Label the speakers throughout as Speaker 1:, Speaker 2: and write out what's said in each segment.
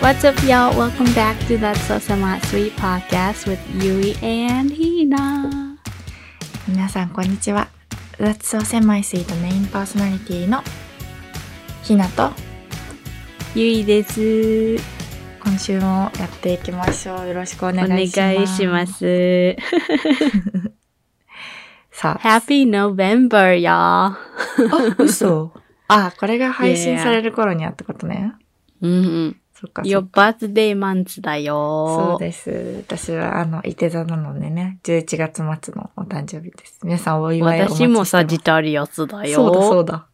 Speaker 1: What's up, y'all? Welcome back to That's So s a m a t Sweet Podcast with Yui and Hina.
Speaker 2: 皆さんこんにちは雑草狭いスイートメインパーソナリティのひなと
Speaker 1: ゆいです。
Speaker 2: 今週もやっていきましょうよろしくお
Speaker 1: お
Speaker 2: 願
Speaker 1: 願
Speaker 2: い
Speaker 1: い
Speaker 2: します
Speaker 1: します。
Speaker 2: さ あ
Speaker 1: Happy November, y'all.
Speaker 2: あ嘘あこれが
Speaker 1: い
Speaker 2: 配
Speaker 1: やい
Speaker 2: 信
Speaker 1: や
Speaker 2: される頃にあったことね
Speaker 1: うん
Speaker 2: そっか
Speaker 1: うん。
Speaker 2: そ
Speaker 1: Your
Speaker 2: っか
Speaker 1: birthday month だ
Speaker 2: そう
Speaker 1: よ。
Speaker 2: です私はあのいて座なのでね11月末のお誕生日です皆さんお祝いお待ちして
Speaker 1: 私も
Speaker 2: ます
Speaker 1: サジタリアスだよ。
Speaker 2: そうだそうだ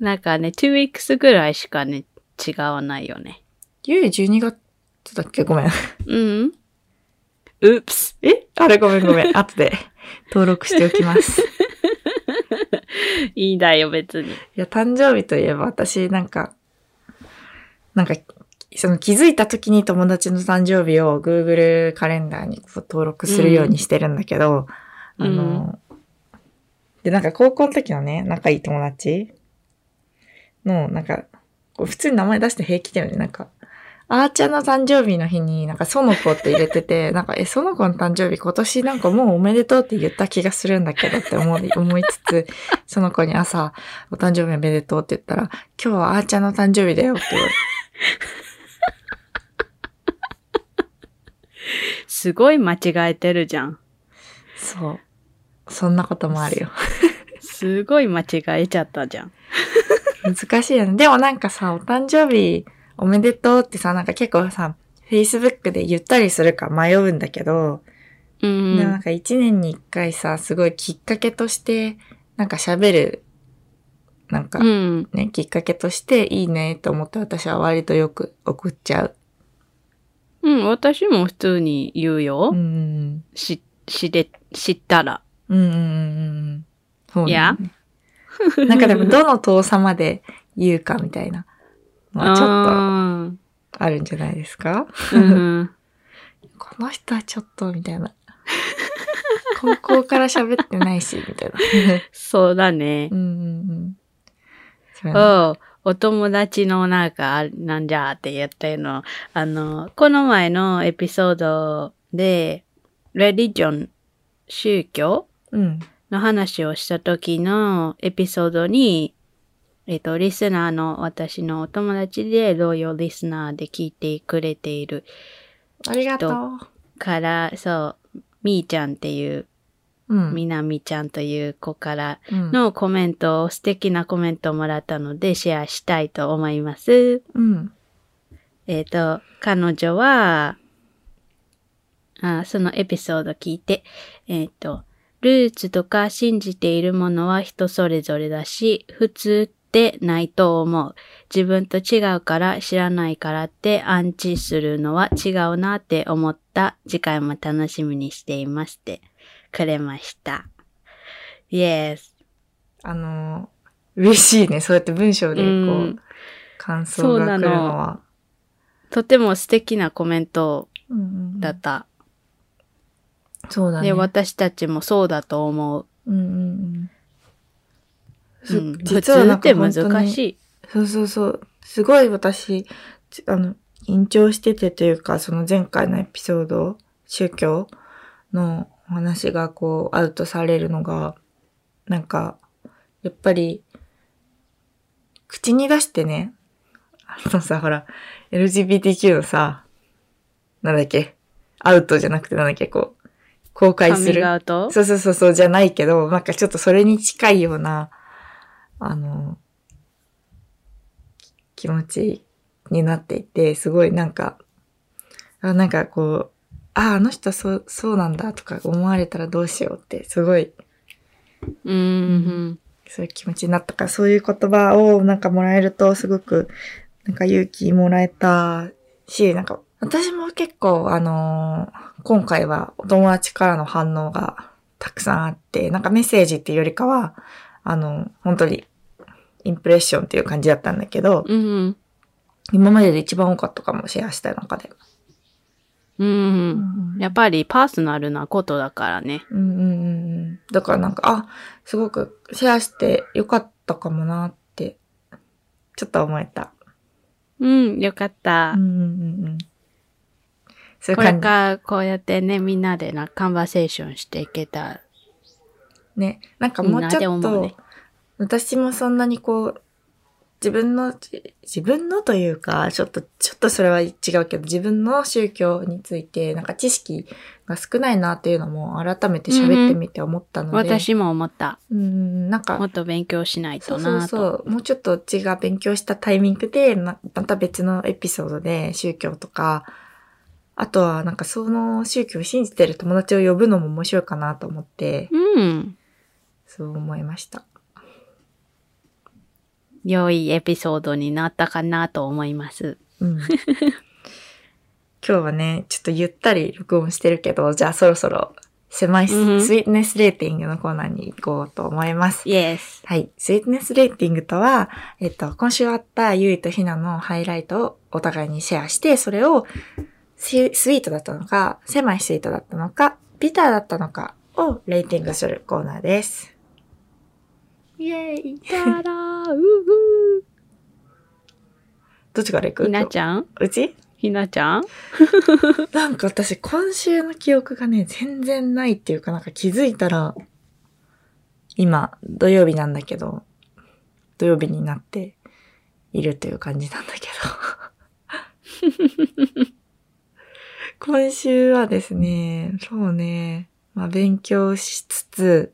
Speaker 1: なんかね、2 weeks ぐらいしかね、違わないよね。
Speaker 2: ゆい12月だっけごめん
Speaker 1: うん。うっす。え
Speaker 2: あれごめんごめん後で登録しておきます
Speaker 1: いいんだよ、別に。
Speaker 2: いや、誕生日といえば私、なんか、なんか、その気づいた時に友達の誕生日を Google カレンダーにこう登録するようにしてるんだけど、
Speaker 1: うん
Speaker 2: あの、で、なんか高校の時のね、仲いい友達の、なんか、こう普通に名前出して平気だよね、なんか。あーちゃんの誕生日の日に、なんか、その子って入れてて、 なんか、え、その子の誕生日今年なんかもうおめでとうって言った気がするんだけどって思い 思いつつ、その子に朝、お誕生日おめでとうって言ったら、今日はあーちゃんの誕生日だよって言われて。
Speaker 1: すごい間違えてるじゃん。
Speaker 2: そう。そんなこともあるよ。
Speaker 1: すごい間違えちゃったじゃん。
Speaker 2: 難しいよね。でもなんかさ、お誕生日おめでとうってさ、なんか結構さ、Facebook で言ったりするか迷うんだけど、
Speaker 1: う
Speaker 2: でもなん
Speaker 1: ん。
Speaker 2: か一年に一回さ、すごいきっかけとして、なんか喋る、なんか
Speaker 1: う、ん。
Speaker 2: ね、きっかけとしていいねと思って私は割とよく送っちゃう。
Speaker 1: うん、私も普通に言うよ。
Speaker 2: うん。
Speaker 1: し、しで、知ったら。
Speaker 2: うんうんうんうん。そう
Speaker 1: いや
Speaker 2: ね。 なんかでも、どの遠さまで言うかみたいな。まあ、ちょっ
Speaker 1: ょ
Speaker 2: とあるんじゃないですか
Speaker 1: っと。うん。
Speaker 2: この人はちょっと、みたいな。 高校から喋ってないし、みたいな。
Speaker 1: そうだね
Speaker 2: う。んうんうん。そううんやな
Speaker 1: お友達のなんか、あなんじゃって言ってるの。あの、この前のエピソードで、レディジョン、宗教
Speaker 2: うん。
Speaker 1: の話をした時のエピソードに、えっと、リスナーの私のお友達で同様リスナーで聞いてくれている
Speaker 2: ありがとう。
Speaker 1: から、そう、みーちゃんっていう、
Speaker 2: うん。
Speaker 1: みなみちゃんという子から
Speaker 2: うん。
Speaker 1: のコメントを、素敵なコメントをもらったのでシェアしたいと思います。
Speaker 2: うん。
Speaker 1: えっ、と、彼女は、あそのエピソード聞いて、えっ、と、ルーツとか信じているものは人それぞれだし、普通ってないと思う。自分と違うから知らないからってアンチするのは違うなって思った。次回も楽しみにしていますってくれました。Yes.
Speaker 2: あのー、嬉しいね。そうやって文章で、こう、
Speaker 1: うん
Speaker 2: 感想が来るのは。
Speaker 1: とても素敵なコメント
Speaker 2: うんうんうん
Speaker 1: だった。
Speaker 2: そうだね。
Speaker 1: で、私たちもそうだと思う。
Speaker 2: うんうんう
Speaker 1: うんん、。
Speaker 2: 実
Speaker 1: 普
Speaker 2: は
Speaker 1: 通
Speaker 2: なん
Speaker 1: っ
Speaker 2: か
Speaker 1: て
Speaker 2: 本当に
Speaker 1: 難しい。
Speaker 2: そうそうそう。すごい私、ちあの、緊張しててというか、その前回のエピソード、宗教のお話がこう、アウトされるのが、なんか、やっぱり、口に出してね、あのさ、ほら、LGBTQ のさ、なんだっけ、アウトじゃなくてなんだっけ、こう、公開す
Speaker 1: 髪
Speaker 2: る。
Speaker 1: が合うと
Speaker 2: そうそうそうそうじゃないけど、なんかちょっとそれに近いような、あの、き気持ちになっていて、すごいなんか、あなんかこう、あ、あの人そう、そうなんだとか思われたらどうしようって、すごい、
Speaker 1: うんうん
Speaker 2: そういう気持ちになったから、そういう言葉をなんかもらえると、すごく、なんか勇気もらえたし、なんか、私も結構、あのー今回はお友達からの反応がたくさんあって、なんかメッセージっていうよりかは、あの、本当に、インプレッションっていう感じだったんだけど、
Speaker 1: うん。うん
Speaker 2: 今までで一番多かったかも、シェアした中で。
Speaker 1: うん。うんうん。
Speaker 2: うん
Speaker 1: やっぱりパーソナルなことだからね。
Speaker 2: うんうんうんうん。だからなんか、あ、すごくシェアしてよかったかもなって、ちょっと思えた。
Speaker 1: うん、よかった
Speaker 2: うん。うんうん。そういう
Speaker 1: これ
Speaker 2: 感じ。
Speaker 1: からこうやってね、みんなでな、カンバセーションしていけたら。
Speaker 2: ね。なんかもうち
Speaker 1: いいなでも
Speaker 2: ょっ
Speaker 1: 思う
Speaker 2: と、
Speaker 1: ね
Speaker 2: 私もそんなにこう、自分の、じ自分のというか、ちょっと、ちょっとそれは違うけど、自分の宗教について、なんか知識が少ないなっていうのも改めて喋ってみて思ったので、
Speaker 1: 私も思った。
Speaker 2: うん、なんか
Speaker 1: も、っと勉強しないと
Speaker 2: そうそう
Speaker 1: な
Speaker 2: そ
Speaker 1: と。
Speaker 2: う。もうちょっと違う勉強したタイミングで、なまた別のエピソードで宗教とか、あとはなんかその宗教を信じてる友達を呼ぶのも面白いかなと思って、
Speaker 1: うん。
Speaker 2: そう思いました。
Speaker 1: 良いエピソードになったかなと思います。
Speaker 2: うん。今日はね、ちょっとゆったり録音してるけど、じゃあそろそろ狭いス,、
Speaker 1: うん
Speaker 2: イートネスレーティングのコーナーに行こうと思います。
Speaker 1: Yes.
Speaker 2: はい。スイートネスレーティングとは、えっと、今週あったゆいとひなのハイライトをお互いにシェアして、それをススイートだったのか、狭いスイートだったのか、ビターだったのかをレーティングするコーナーです。
Speaker 1: イェ イたらうう
Speaker 2: どっちから行く
Speaker 1: ひなちゃん
Speaker 2: うち
Speaker 1: ひなちゃん
Speaker 2: なんか私今週の記憶がね、全然ないっていうかなんか気づいたら、今土曜日なんだけど、土曜日になっているという感じなんだけど。 今週はですね、そうね、まあ勉強しつつ、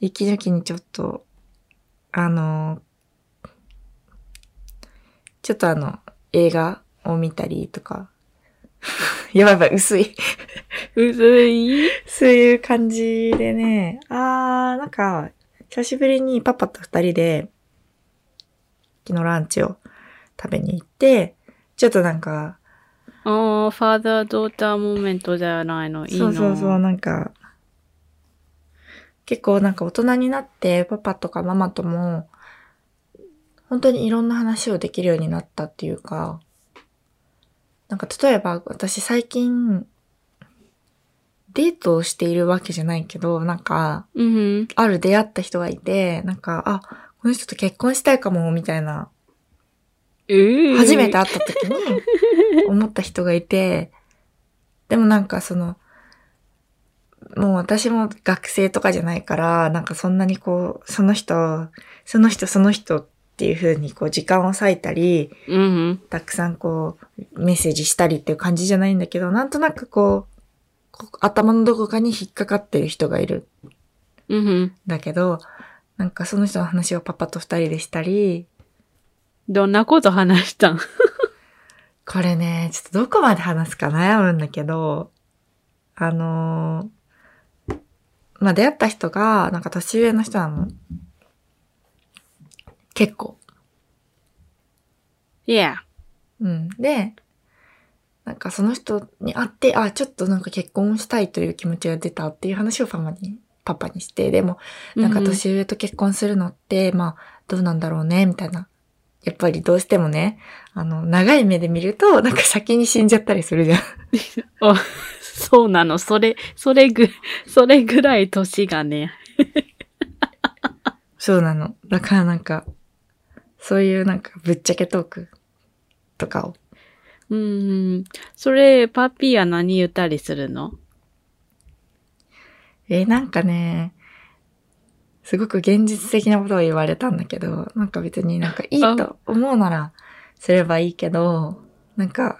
Speaker 2: 息抜きにちょっと、あの、ちょっとあの、映画を見たりとか、 やばいやばい、薄い。
Speaker 1: うずい
Speaker 2: そういう感じでね、あー、なんか、久しぶりにパパと二人で、昨日ランチを食べに行って、ちょっとなんか、
Speaker 1: ああ、ファーザードーターモメントじゃないの。いい
Speaker 2: そ
Speaker 1: の。
Speaker 2: うそうそう、なんか、結構なんか大人になって、パパとかママとも、本当にいろんな話をできるようになったっていうか、なんか例えば私最近、デートをしているわけじゃないけど、なんか、
Speaker 1: うんうん。
Speaker 2: ある出会った人がいて、なんか、あ、この人と結婚したいかも、みたいな、
Speaker 1: ええ。
Speaker 2: 初めて会った時に思った人がいて、でもなんかその、もう私も学生とかじゃないから、なんかそんなにこう、その人、その人、その人っていう風にこう時間を割いたり、
Speaker 1: うんうん。
Speaker 2: たくさんこう、メッセージしたりっていう感じじゃないんだけど、なんとなくこう、こう頭のどこかに引っかかってる人がいる
Speaker 1: うんうん。
Speaker 2: だけど、なんかその人の話をパパと二人でしたり、
Speaker 1: どんなこと話したん
Speaker 2: これね、ちょっとどこまで話すか悩むんだけど、あのーまあ、出会った人が、なんか年上の人なの。結構。
Speaker 1: ?Yeah.
Speaker 2: うん。で、なんかその人に会って、あ、ちょっとなんか結婚したいという気持ちが出たっていう話をパパに、パパにして、でもなんか年上と結婚するのって、まあ、どうなんだろうね、みたいな。やっぱりどうしてもね、あの、長い目で見ると、なんか先に死んじゃったりするじゃん。
Speaker 1: うんうんあそうなの。それ、それぐ、それぐらい年がね。
Speaker 2: そうなの。だからなんか、そういうなんかぶっちゃけトークとかを。
Speaker 1: うんうん。それ、パピーは何言ったりするの
Speaker 2: えーなんかね、すごく現実的なことを言われたんだけど、なんか別になんかいいと思うならすればいいけど、なんか、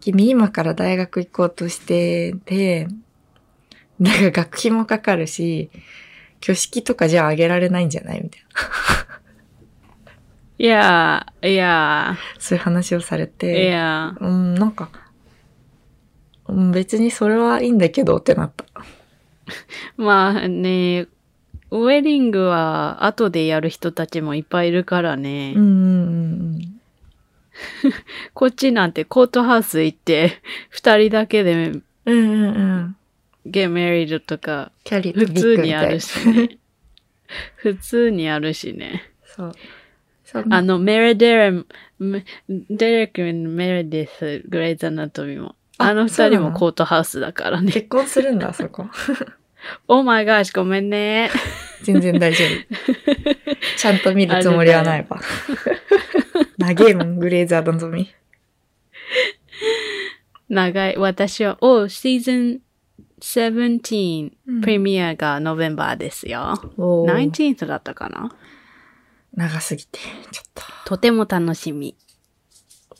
Speaker 2: 君今から大学行こうとしてて、なんか学費もかかるし、挙式とかじゃああげられないんじゃないみたいな。
Speaker 1: いやー、いや
Speaker 2: そういう話をされ
Speaker 1: ー、
Speaker 2: て。
Speaker 1: いやー。
Speaker 2: うん、なんか、うん別にそれはいいんだけどってなった。
Speaker 1: まあね、ウェディングは後でやる人たちもいっぱいいるからね。
Speaker 2: うんうんうんうん。
Speaker 1: こっちなんてコートハウス行って、二人だけで
Speaker 2: うんうんうん。
Speaker 1: ゲーメリードとか、
Speaker 2: キャリー
Speaker 1: 普
Speaker 2: とビッ
Speaker 1: 通
Speaker 2: グみ
Speaker 1: にあ
Speaker 2: たい
Speaker 1: る
Speaker 2: な。
Speaker 1: しね。 普通にあるしね。
Speaker 2: そう。そう
Speaker 1: あの、メレデレン、メデレック・メレディス・グレイズ・アナトミも。
Speaker 2: あ
Speaker 1: あの
Speaker 2: そ
Speaker 1: 二
Speaker 2: うな
Speaker 1: 人
Speaker 2: の
Speaker 1: もコートハウスだからね。
Speaker 2: 結婚するん だ、そこ。
Speaker 1: オーマイガーシ、ごめんね。
Speaker 2: 全然大丈夫。ちゃんと見るつもりはないわ。長えもん、グレーザーのぞみ。
Speaker 1: 長い。私は、おシーズン17、
Speaker 2: うん
Speaker 1: プレミアがノベンバーですよ。
Speaker 2: おー
Speaker 1: 19th だったかな
Speaker 2: 長すぎて、ちょっと。
Speaker 1: とても楽し み。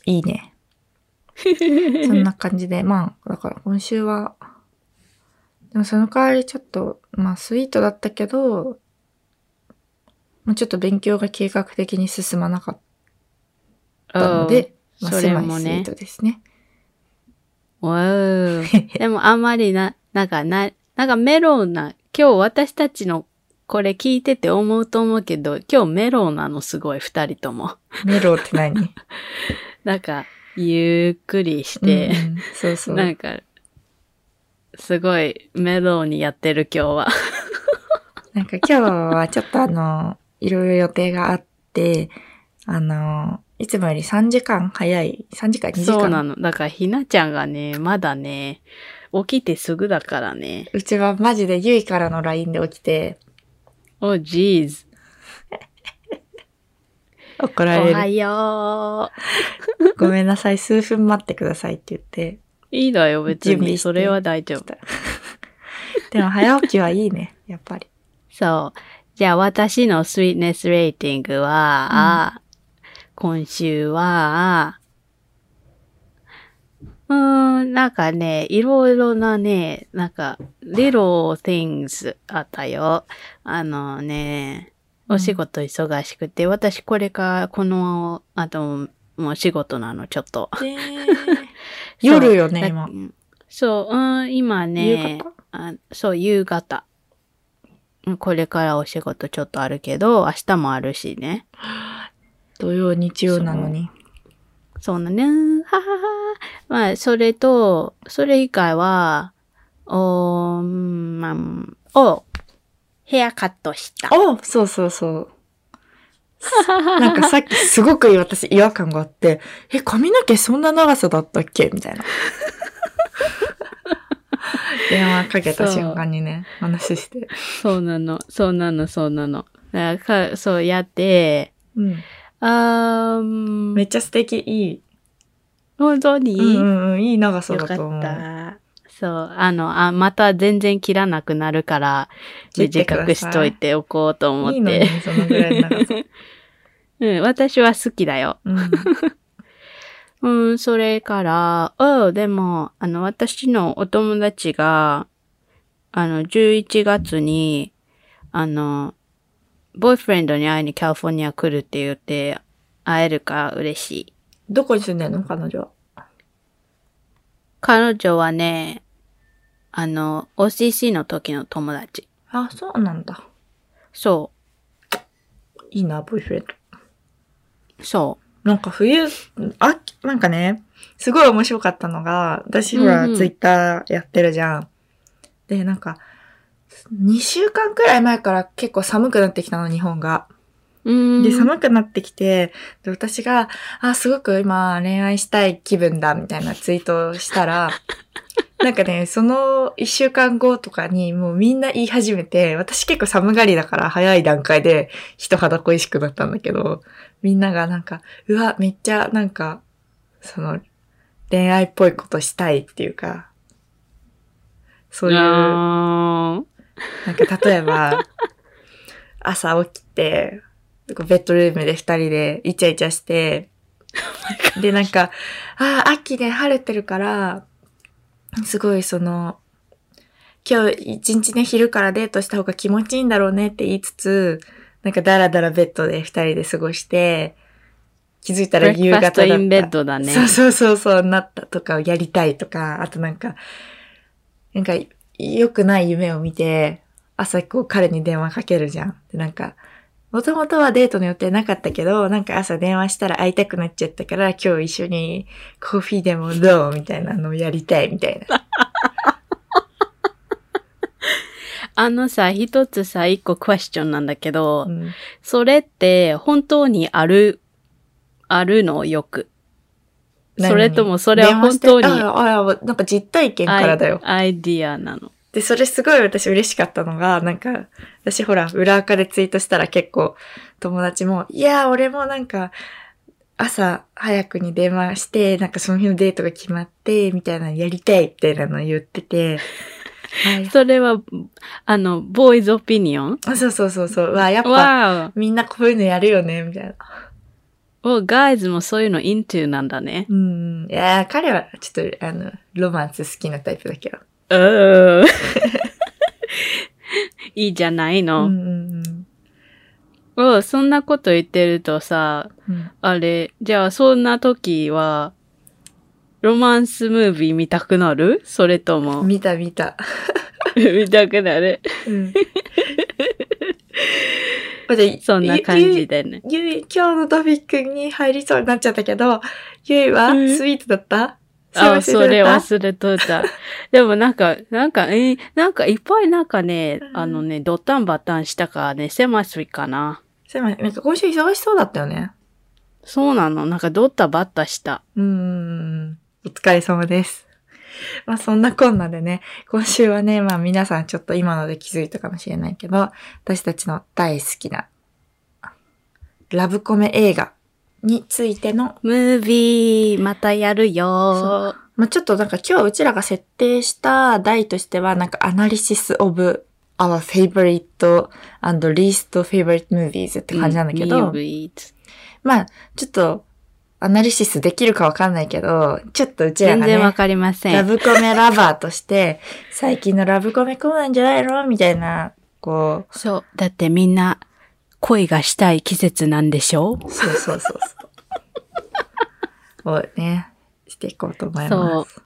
Speaker 2: いい ね。そんな感じで、まあ、だから今週は、でもその代わりちょっと、まあスイートだったけど、もうちょっと勉強が計画的に進まなかったので、まあ、
Speaker 1: それ
Speaker 2: 狭い
Speaker 1: も
Speaker 2: スイ
Speaker 1: ね
Speaker 2: ートですね。
Speaker 1: お ーでもあんまりな、なんかな、なんかメロウな、今日私たちのこれ聞いてて思うと思うけど、今日メロウなのすごい、二人とも。
Speaker 2: メロって 何
Speaker 1: なんか、ゆっくりして、
Speaker 2: うんうんそうそう。
Speaker 1: なんか、すごいメロウにやってる今日は。
Speaker 2: なんか今日はちょっとあの、いろいろ予定があって、あの、いつもより3時間早い、3時間2時
Speaker 1: そうな
Speaker 2: 間。
Speaker 1: の。だからひなちゃんがね、まだね、起きてすぐだからね。
Speaker 2: うちはマジでゆいからの LINE で起きて、
Speaker 1: お、ジーズ。
Speaker 2: 怒
Speaker 1: お
Speaker 2: られ
Speaker 1: は
Speaker 2: る。
Speaker 1: よ
Speaker 2: ごめんなさい、数分待ってくださいって言って。
Speaker 1: う。いいだよ、別
Speaker 2: 準備
Speaker 1: に。
Speaker 2: して
Speaker 1: それは大丈夫。
Speaker 2: でも早起きはいいね、やっぱり。
Speaker 1: そう。じゃあ私のスイートネスレーティングは、今週は、うーん、なんかね、いろいろなね、なんか、little things あったよ。あのね、
Speaker 2: うん
Speaker 1: お仕事忙しくて、私これから、この、あと、もう仕事なの、ちょっと。
Speaker 2: 夜よね
Speaker 1: そう
Speaker 2: 今。
Speaker 1: だそう、うん、今ね
Speaker 2: 夕方、
Speaker 1: あそう、夕方。うんこれからお仕事ちょっとあるけど、明日もあるしね。
Speaker 2: 土曜、日曜なのに。
Speaker 1: そうなね。ははは。まあ、それと、それ以外は、おー、うんまあ、おヘアカットした。
Speaker 2: おそうそうそう。なんかさっきすごく私違和感があって、え、髪の毛そんな長さだったっけみたいな。電話かけた瞬間にね、話して。
Speaker 1: そうなの、そうなの、そうなの。だからかそうやって、
Speaker 2: うん。
Speaker 1: あーん、
Speaker 2: めっちゃ素敵、いい。
Speaker 1: 本当に、
Speaker 2: うんうんうん、いい長さ
Speaker 1: よか
Speaker 2: だと思
Speaker 1: っ
Speaker 2: う。
Speaker 1: た。そう。あの、あ、また全然切らなくなるから、
Speaker 2: 切ってくだ
Speaker 1: 短
Speaker 2: さい
Speaker 1: くしといておこうと思っ
Speaker 2: いいの
Speaker 1: て。
Speaker 2: に、そのぐらいの長さ。
Speaker 1: うん、私は好きだよ。
Speaker 2: うん。
Speaker 1: うん、それから、うん、でも、あの、私のお友達が、あの、11月に、あの、ボーイフレンドに会いにカリフォルニア来るって言って、会えるから嬉しい。
Speaker 2: どこに住んでんの彼女は。
Speaker 1: 彼女はね、あの、OCC の時の友達。
Speaker 2: あ、そうなんだ。
Speaker 1: そ
Speaker 2: いいな、ボーイフレンド。
Speaker 1: う、そう。
Speaker 2: なんか冬、あ、なんかね、すごい面白かったのが、私ほら、
Speaker 1: うんうん
Speaker 2: ツイッターやってるじゃん。で、なんか、2週間くらい前から結構寒くなってきたの、日本が。
Speaker 1: で
Speaker 2: で、寒くなってきて、で私が、あ、すごく今恋愛したい気分だ、みたいなツイートをしたら、なんかね、その1週間後とかにもうみんな言い始めて、私結構寒がりだから早い段階で人肌恋しくなったんだけど、みんながなんか、うわ、めっちゃなんか、その、恋愛っぽいことしたいっていうか、そういう、
Speaker 1: あ
Speaker 2: なんか例えば、朝起きて、ベッドルームで二人でイチャイチャして、で、なんか、ああ、秋で晴れてるから、すごいその、今日一日ね、昼からデートした方が気持ちいいんだろうねって言いつつ、なんかダラダラベッドで二人で過ごして、気づいたら夕方だった。
Speaker 1: Breakfast in bed だね
Speaker 2: そうそうそうそう、なったとかをやりたいとか、あとなんか、なんか、良くない夢を見て、朝こう彼に電話かけるじゃん。で、なんか、もともとはデートの予定なかったけど、なんか朝電話したら会いたくなっちゃったから、今日一緒にコーヒーでもどうみたいなのをやりたいみたい な。
Speaker 1: ーあのさ、一つさ、一個クエスチョンなんだけど、
Speaker 2: うん
Speaker 1: それって本当にある、あるのよく。それともそれは本当に
Speaker 2: 電話してああ、ああなんか実体験
Speaker 1: アイ
Speaker 2: からだよ。
Speaker 1: アイディアなの。
Speaker 2: で、それすごい私嬉しかったのが、なんか、私ほら、裏垢でツイートしたら結構友達も、いやー、俺もなんか、朝早くに電話して、なんかその日のデートが決まって、みたいなのやりたいみたいなのを言ってて、はい。
Speaker 1: それは、あの、ボーイズオピニオン
Speaker 2: あそうそうそうそう。うわ、やっぱ、
Speaker 1: わ
Speaker 2: みんなこういうのやるよね、みたいな。
Speaker 1: お、おガイズもそういうのイントゥなんだね。
Speaker 2: うん。いやー、彼はちょっと、あの、ロマンス好きなタイプだけど。
Speaker 1: うん。 いいじゃないの。
Speaker 2: うんうん
Speaker 1: うん、そんなこと言ってるとさ、
Speaker 2: うんうん。
Speaker 1: あれ、じゃあそんな時は、ロマンスムービー見たくなるそれとも、
Speaker 2: 見た見た。
Speaker 1: 見たくなる。
Speaker 2: うん。まだ
Speaker 1: そんな感じで
Speaker 2: で。
Speaker 1: ね。
Speaker 2: ゆい、今日のトピックに入りそうになっちゃったけど、ゆいは
Speaker 1: うん
Speaker 2: スイートだった、
Speaker 1: あ、
Speaker 2: 幸せ
Speaker 1: そ
Speaker 2: だった
Speaker 1: れ。忘れとった。でもなんか、なんか、えーなんかいっぱいなんかね、
Speaker 2: うん
Speaker 1: あのね、ドタンバタンしたからね、狭すぎかな。
Speaker 2: そういえばなんか今週忙しそうだったよね。
Speaker 1: そうなのなんかドタバタした。
Speaker 2: うーん。お疲れ様です。まあそんなこんなでね、今週はね、まあ皆さんちょっと今ので気づいたかもしれないけど、私たちの大好きな、ラブコメ映画についての
Speaker 1: ムービー、またやる
Speaker 2: そ
Speaker 1: よ
Speaker 2: まあ、ちょっとなんか今日うちらが設定した題としては、なんかアナリシスオブ our favorite and least favorite movies って感じなんだけど、
Speaker 1: ムービー
Speaker 2: まあ、ちょっとアナリシスできるかわかんないけど、ちょっとうちら
Speaker 1: 全
Speaker 2: が
Speaker 1: 然わ
Speaker 2: ね、
Speaker 1: かりませ
Speaker 2: ラ
Speaker 1: ん。
Speaker 2: ブコメラバーとして、最近のラブコメこうなんじゃないのみたいな、こ
Speaker 1: そう。だってみんな、恋がしたい季節なんでしょ
Speaker 2: う、そうそうそうそう。をね、していこうと思い
Speaker 1: そ
Speaker 2: ま
Speaker 1: う
Speaker 2: す。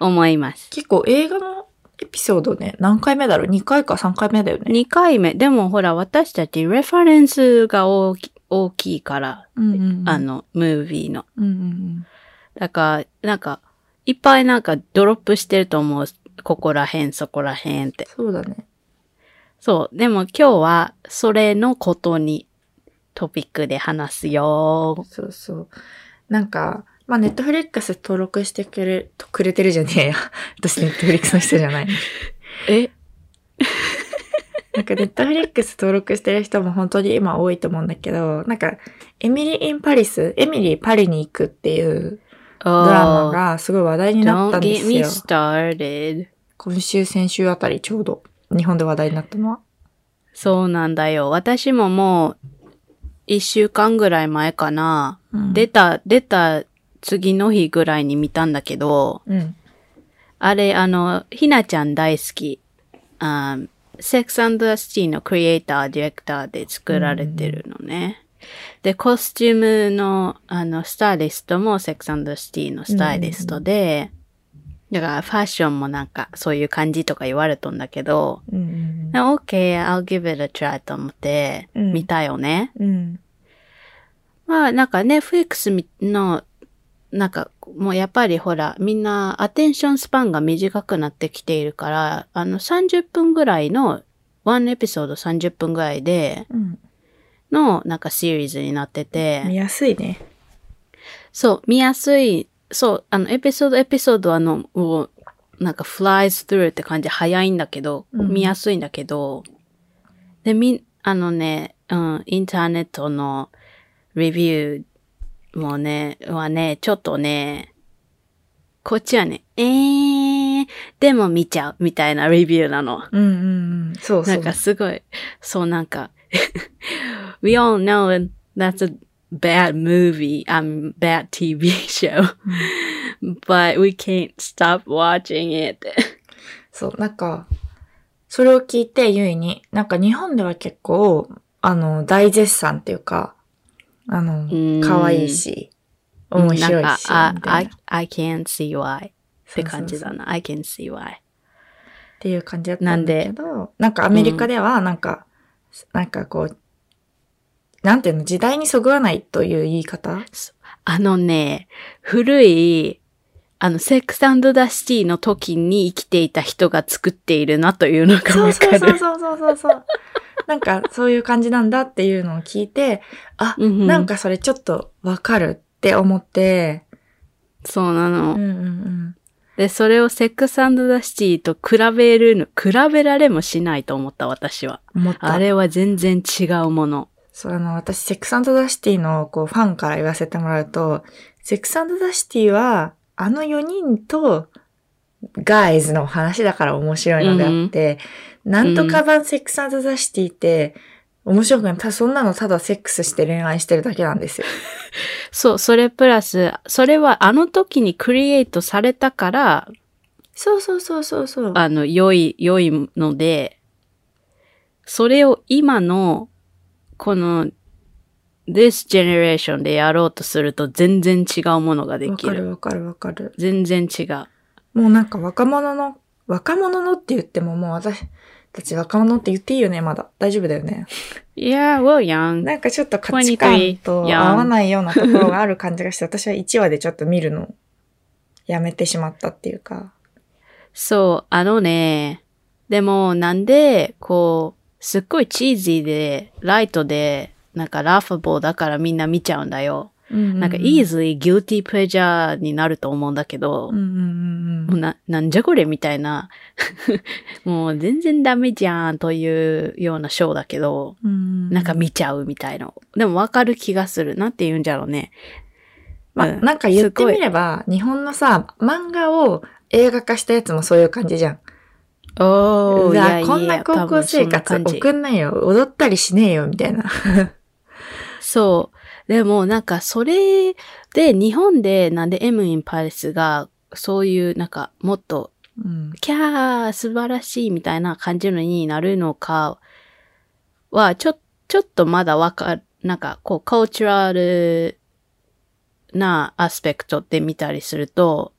Speaker 1: 思います。
Speaker 2: 結構映画のエピソードね、何回目だろう ?2 回か3回目だよね。
Speaker 1: 2回目。でもほら、私たちレファレンスが大き大きいから、
Speaker 2: うんうんうん
Speaker 1: あの、ムービーの。
Speaker 2: うんうん
Speaker 1: だから、なんか、いっぱいなんかドロップしてると思う。ここら辺、そこら辺って。
Speaker 2: そうだね。
Speaker 1: そう。でも今日は、それのことに、トピックで話すよ
Speaker 2: そうそう。なんか、まあ、ネットフリックス登録してくれ、とくれてるじゃねえや。 私ネットフリックスの人じ ゃない。
Speaker 1: え
Speaker 2: なんかネットフリックス登録してる人も本当に今多いと思うんだけど、なんか、エミリー・イン・パリス、エミリー・パリに行くっていうドラマがすごい話題になった
Speaker 1: Don't
Speaker 2: んです
Speaker 1: get me
Speaker 2: よ。
Speaker 1: started.
Speaker 2: 今週、先週あたりちょうど日本で話題になったのは。
Speaker 1: そうなんだよ。私ももう、一週間ぐらい前かな。
Speaker 2: うん
Speaker 1: 出、た、出た次の日ぐらいに見たんだけど、
Speaker 2: うん。
Speaker 1: あれ、あの、ひなちゃん大好き。あーセックスザシティのクリエイター、ディレクターで作られてるのね。で、コスチュームの、あの、スタイリストもセックスザシティのスタイリストで、だからファッションもなんかそういう感じとか言われとんだけど、
Speaker 2: うんうん
Speaker 1: な OK, I'll give it a try と思って、
Speaker 2: うん
Speaker 1: 見たよね。
Speaker 2: うん。うん。
Speaker 1: まあなんかね、フェイクスの、なんかもうやっぱりほら、みんなアテンションスパンが短くなってきているから、あの30分ぐらいの、ワンエピソード30分ぐらいで
Speaker 2: うん。
Speaker 1: のなんかシリーズになって
Speaker 2: 見
Speaker 1: て、
Speaker 2: やすいね。
Speaker 1: そう、見やすい、そう、あのエピソードエピソードはあの、もうなんか flies through って感じ早いんだけど、
Speaker 2: うん
Speaker 1: 見やすいんだけど、で、み、あのね、うん、インターネットのレビューもね、はね、ちょっとね、こっちはね、えー、でも見ちゃうみたいなレビューなの。
Speaker 2: うんうんうん。そうそう。
Speaker 1: なんかすごい、そうなんか、We all know that's a bad movie, I'm bad TV show, but we can't stop watching it.
Speaker 2: そう、なんか、それを聞いて、ゆいに、なんか日本では結構、あの、大絶賛っていうか、あの
Speaker 1: ん、
Speaker 2: 可愛いし、面白いし、
Speaker 1: なん
Speaker 2: み
Speaker 1: か、
Speaker 2: たい
Speaker 1: I,
Speaker 2: な
Speaker 1: I can't see why っ
Speaker 2: って
Speaker 1: 感じだな。I can see why.
Speaker 2: っていう感じだったんだけど、なんかアメリカでは、なんか、なんかこう、なんていうの、時代にそぐわないという言い方
Speaker 1: あのね、古い、あの、セックスダシティの時に生きていた人が作っているなというのが
Speaker 2: そう
Speaker 1: わ
Speaker 2: そう
Speaker 1: か
Speaker 2: そう
Speaker 1: る。
Speaker 2: そうそうそうそう。なんか、そういう感じなんだっていうのを聞いて、あ、
Speaker 1: うんうん
Speaker 2: なんかそれちょっとわかるって思って、
Speaker 1: そうなの。
Speaker 2: うんうんうん。
Speaker 1: で、それをセックスダシティと比べるの、比べられもしないと思った私は。
Speaker 2: 思った。
Speaker 1: あれは全然違うもの。
Speaker 2: そう、あの、私、セックスザシティの、こう、ファンから言わせてもらうと、セックスザシティは、あの4人と、ガイズの話だから面白いのであって、なんとか版セックスザシティって、面白くない。たそんなのただセックスして恋愛してるだけなんですよ。
Speaker 1: そう、それプラス、それはあの時にクリエイトされたから、
Speaker 2: そうそうそうそうそう。
Speaker 1: あの、良い、良いので、それを今の、この、this generation でやろうとすると全然違うものがで
Speaker 2: わ
Speaker 1: き
Speaker 2: か
Speaker 1: る。
Speaker 2: るわかるわかる。
Speaker 1: 全然違う。
Speaker 2: もうなんか若者の、若者のって言ってももう私たち若者って言っていいよね、まだ。大丈夫だよね。
Speaker 1: Yeah, well, young.
Speaker 2: なんかちょっと価値観と
Speaker 1: 23
Speaker 2: 合わないようなところがある感じがして、私は1話でちょっと見るのをやめてしまったっていうか。
Speaker 1: そう、あのね、でもなんで、こう、すっごいチーズィーで、ライトで、なんかラフボーだからみんな見ちゃうんだよ。なんか
Speaker 2: いい
Speaker 1: easily guilty pleasure になると思うんだけど、
Speaker 2: うんうんう
Speaker 1: もうんな、なんじゃこれみたいな、 もう全然ダメじゃんというようなショーだけど、
Speaker 2: うん。
Speaker 1: なんか見ちゃうみたいな。でもわかる気がする。なんて言うんじゃろうね。
Speaker 2: まあ、
Speaker 1: うん
Speaker 2: なんか言ってみれば、日本のさ、漫画を映画化したやつもそういう感じじゃん。
Speaker 1: お
Speaker 2: うわこんな高校生活送んないよ。踊ったりしねえよ、みたいな。
Speaker 1: そう。でもなんかそれで日本でなんで M in Paris がそういうなんかもっと
Speaker 2: うん。
Speaker 1: キャー、素晴らしいみたいな感じのになるのかは、ちょ、ちょっとまだわかる、なんか、こう、カルチュラルなアスペクトで見たりすると、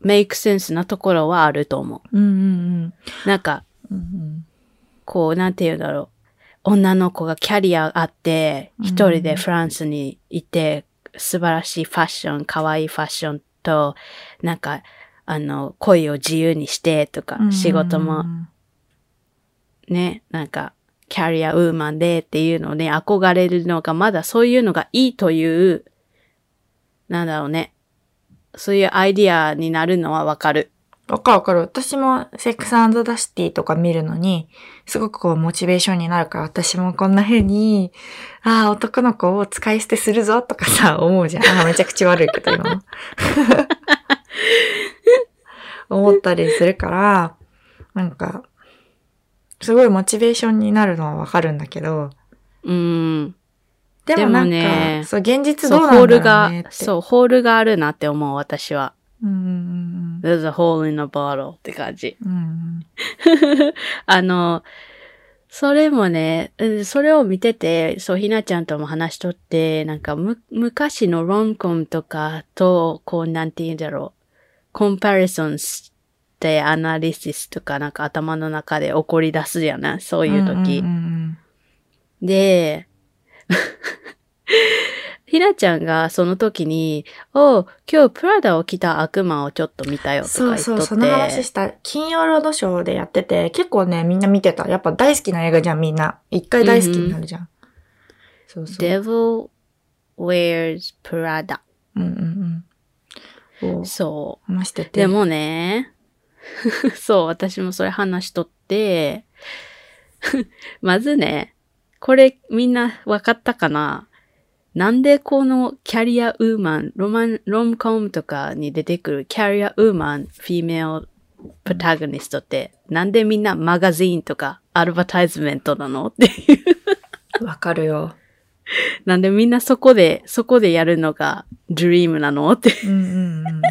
Speaker 1: メイクセンスなところはあると思
Speaker 2: うんうん
Speaker 1: う。なんか、
Speaker 2: うん。うん
Speaker 1: こう、なんて言うんだろう。女の子がキャリアあって、
Speaker 2: うん
Speaker 1: 一人でフランスにいて、素晴らしいファッション、可愛いファッションと、なんか、あの、恋を自由にしてとか
Speaker 2: う、ん
Speaker 1: 仕事もね、なんか、キャリアウーマンでっていうのね、憧れるのが、まだそういうのがいいという、なんだろうね。そういうアイディアになるのはわかる。
Speaker 2: わかるわかる。私もセックスダシティとか見るのに、すごくこうモチベーションになるから、私もこんな風に、ああ、男の子を使い捨てするぞとかさ、 思うじゃん。あーめちゃくちゃ悪いけど今の。 思ったりするから、なんか、すごいモチベーションになるのはわかるんだけど、
Speaker 1: うーん。
Speaker 2: でもなんか、
Speaker 1: でもね
Speaker 2: そう、現実ど
Speaker 1: そうう、
Speaker 2: な
Speaker 1: ホー
Speaker 2: んだ
Speaker 1: ル
Speaker 2: ろう
Speaker 1: が
Speaker 2: ねっ、て。
Speaker 1: そう、ホールがあるなって思う、私は。
Speaker 2: うんうんうん
Speaker 1: There's a hole in a bottle って感じ。
Speaker 2: うん。うん
Speaker 1: あの、それもね、うんそれを見てて、そう、ひなちゃんとも話しとって、なんかむ、昔のロンコムとかと、こう、なんて言うんだろう、コンパリソンして、アナリシスとか、なんか頭の中で起こり出すじゃないそういう時。
Speaker 2: うんうん
Speaker 1: で、 ひなちゃんがその時に、おう今日プラダを着た悪魔をちょっと見たよとか
Speaker 2: そ
Speaker 1: 言っとっ
Speaker 2: う
Speaker 1: て。
Speaker 2: そう、その話した。金曜ロードショーでやってて、結構ね、みんな見てた。やっぱ大好きな映画じゃん、みんな。一回大好きになるじゃん。そうそう。
Speaker 1: Devil wears Prada.
Speaker 2: うんうんうん。を
Speaker 1: そう。
Speaker 2: 話してて。
Speaker 1: で、もね、そう、私もそれ話しとって、 まずね、これみんな分かったかななんでこのキャリアウーマン、ロマン、ロムコムとかに出てくるキャリアウーマン、フィメオプロタゴニストって、なんでみんなマガジンとかアルバタイズメントなのっていう。
Speaker 2: わかるよ。
Speaker 1: なんでみんなそこで、そこでやるのがドリームなのって。
Speaker 2: うんうんうんうん。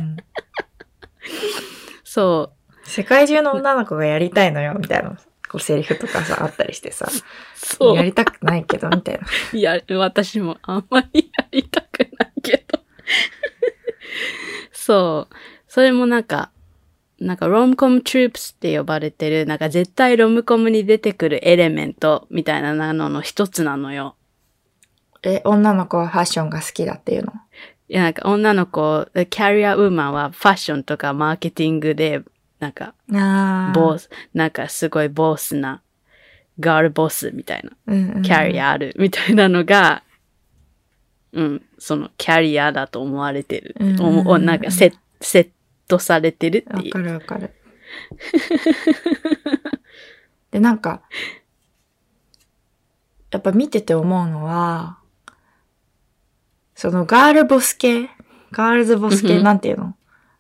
Speaker 1: そう。
Speaker 2: 世界中の女の子がやりたいのよ、みたいな。こうセリフとかさ、あったりしてさ。
Speaker 1: そう。
Speaker 2: やりたくないけど、みたいな。
Speaker 1: いや、私もあんまりやりたくないけど。 そう。それもなんか、なんかロムコムトゥープスって呼ばれてる、なんか絶対ロムコムに出てくるエレメントみたいなのの一つなのよ。
Speaker 2: え、女の子はファッションが好きだっていうの。
Speaker 1: いや、なんか女の子、キャリアウーマンはファッションとかマーケティングで、なんか
Speaker 2: あ
Speaker 1: ボス、なんかすごいボスな、ガールボスみたいな。
Speaker 2: うんうん、
Speaker 1: キャリアあるみたいなのが、うん、そのキャリアだと思われてる。
Speaker 2: うん
Speaker 1: おおなんかセセットされてるっ
Speaker 2: わ
Speaker 1: てい
Speaker 2: か
Speaker 1: う。
Speaker 2: るわかる。 で、なんか、やっぱ見てて思うのは、そのガールボス系、ガールズボス
Speaker 1: うんう
Speaker 2: 系
Speaker 1: ん
Speaker 2: なんていうの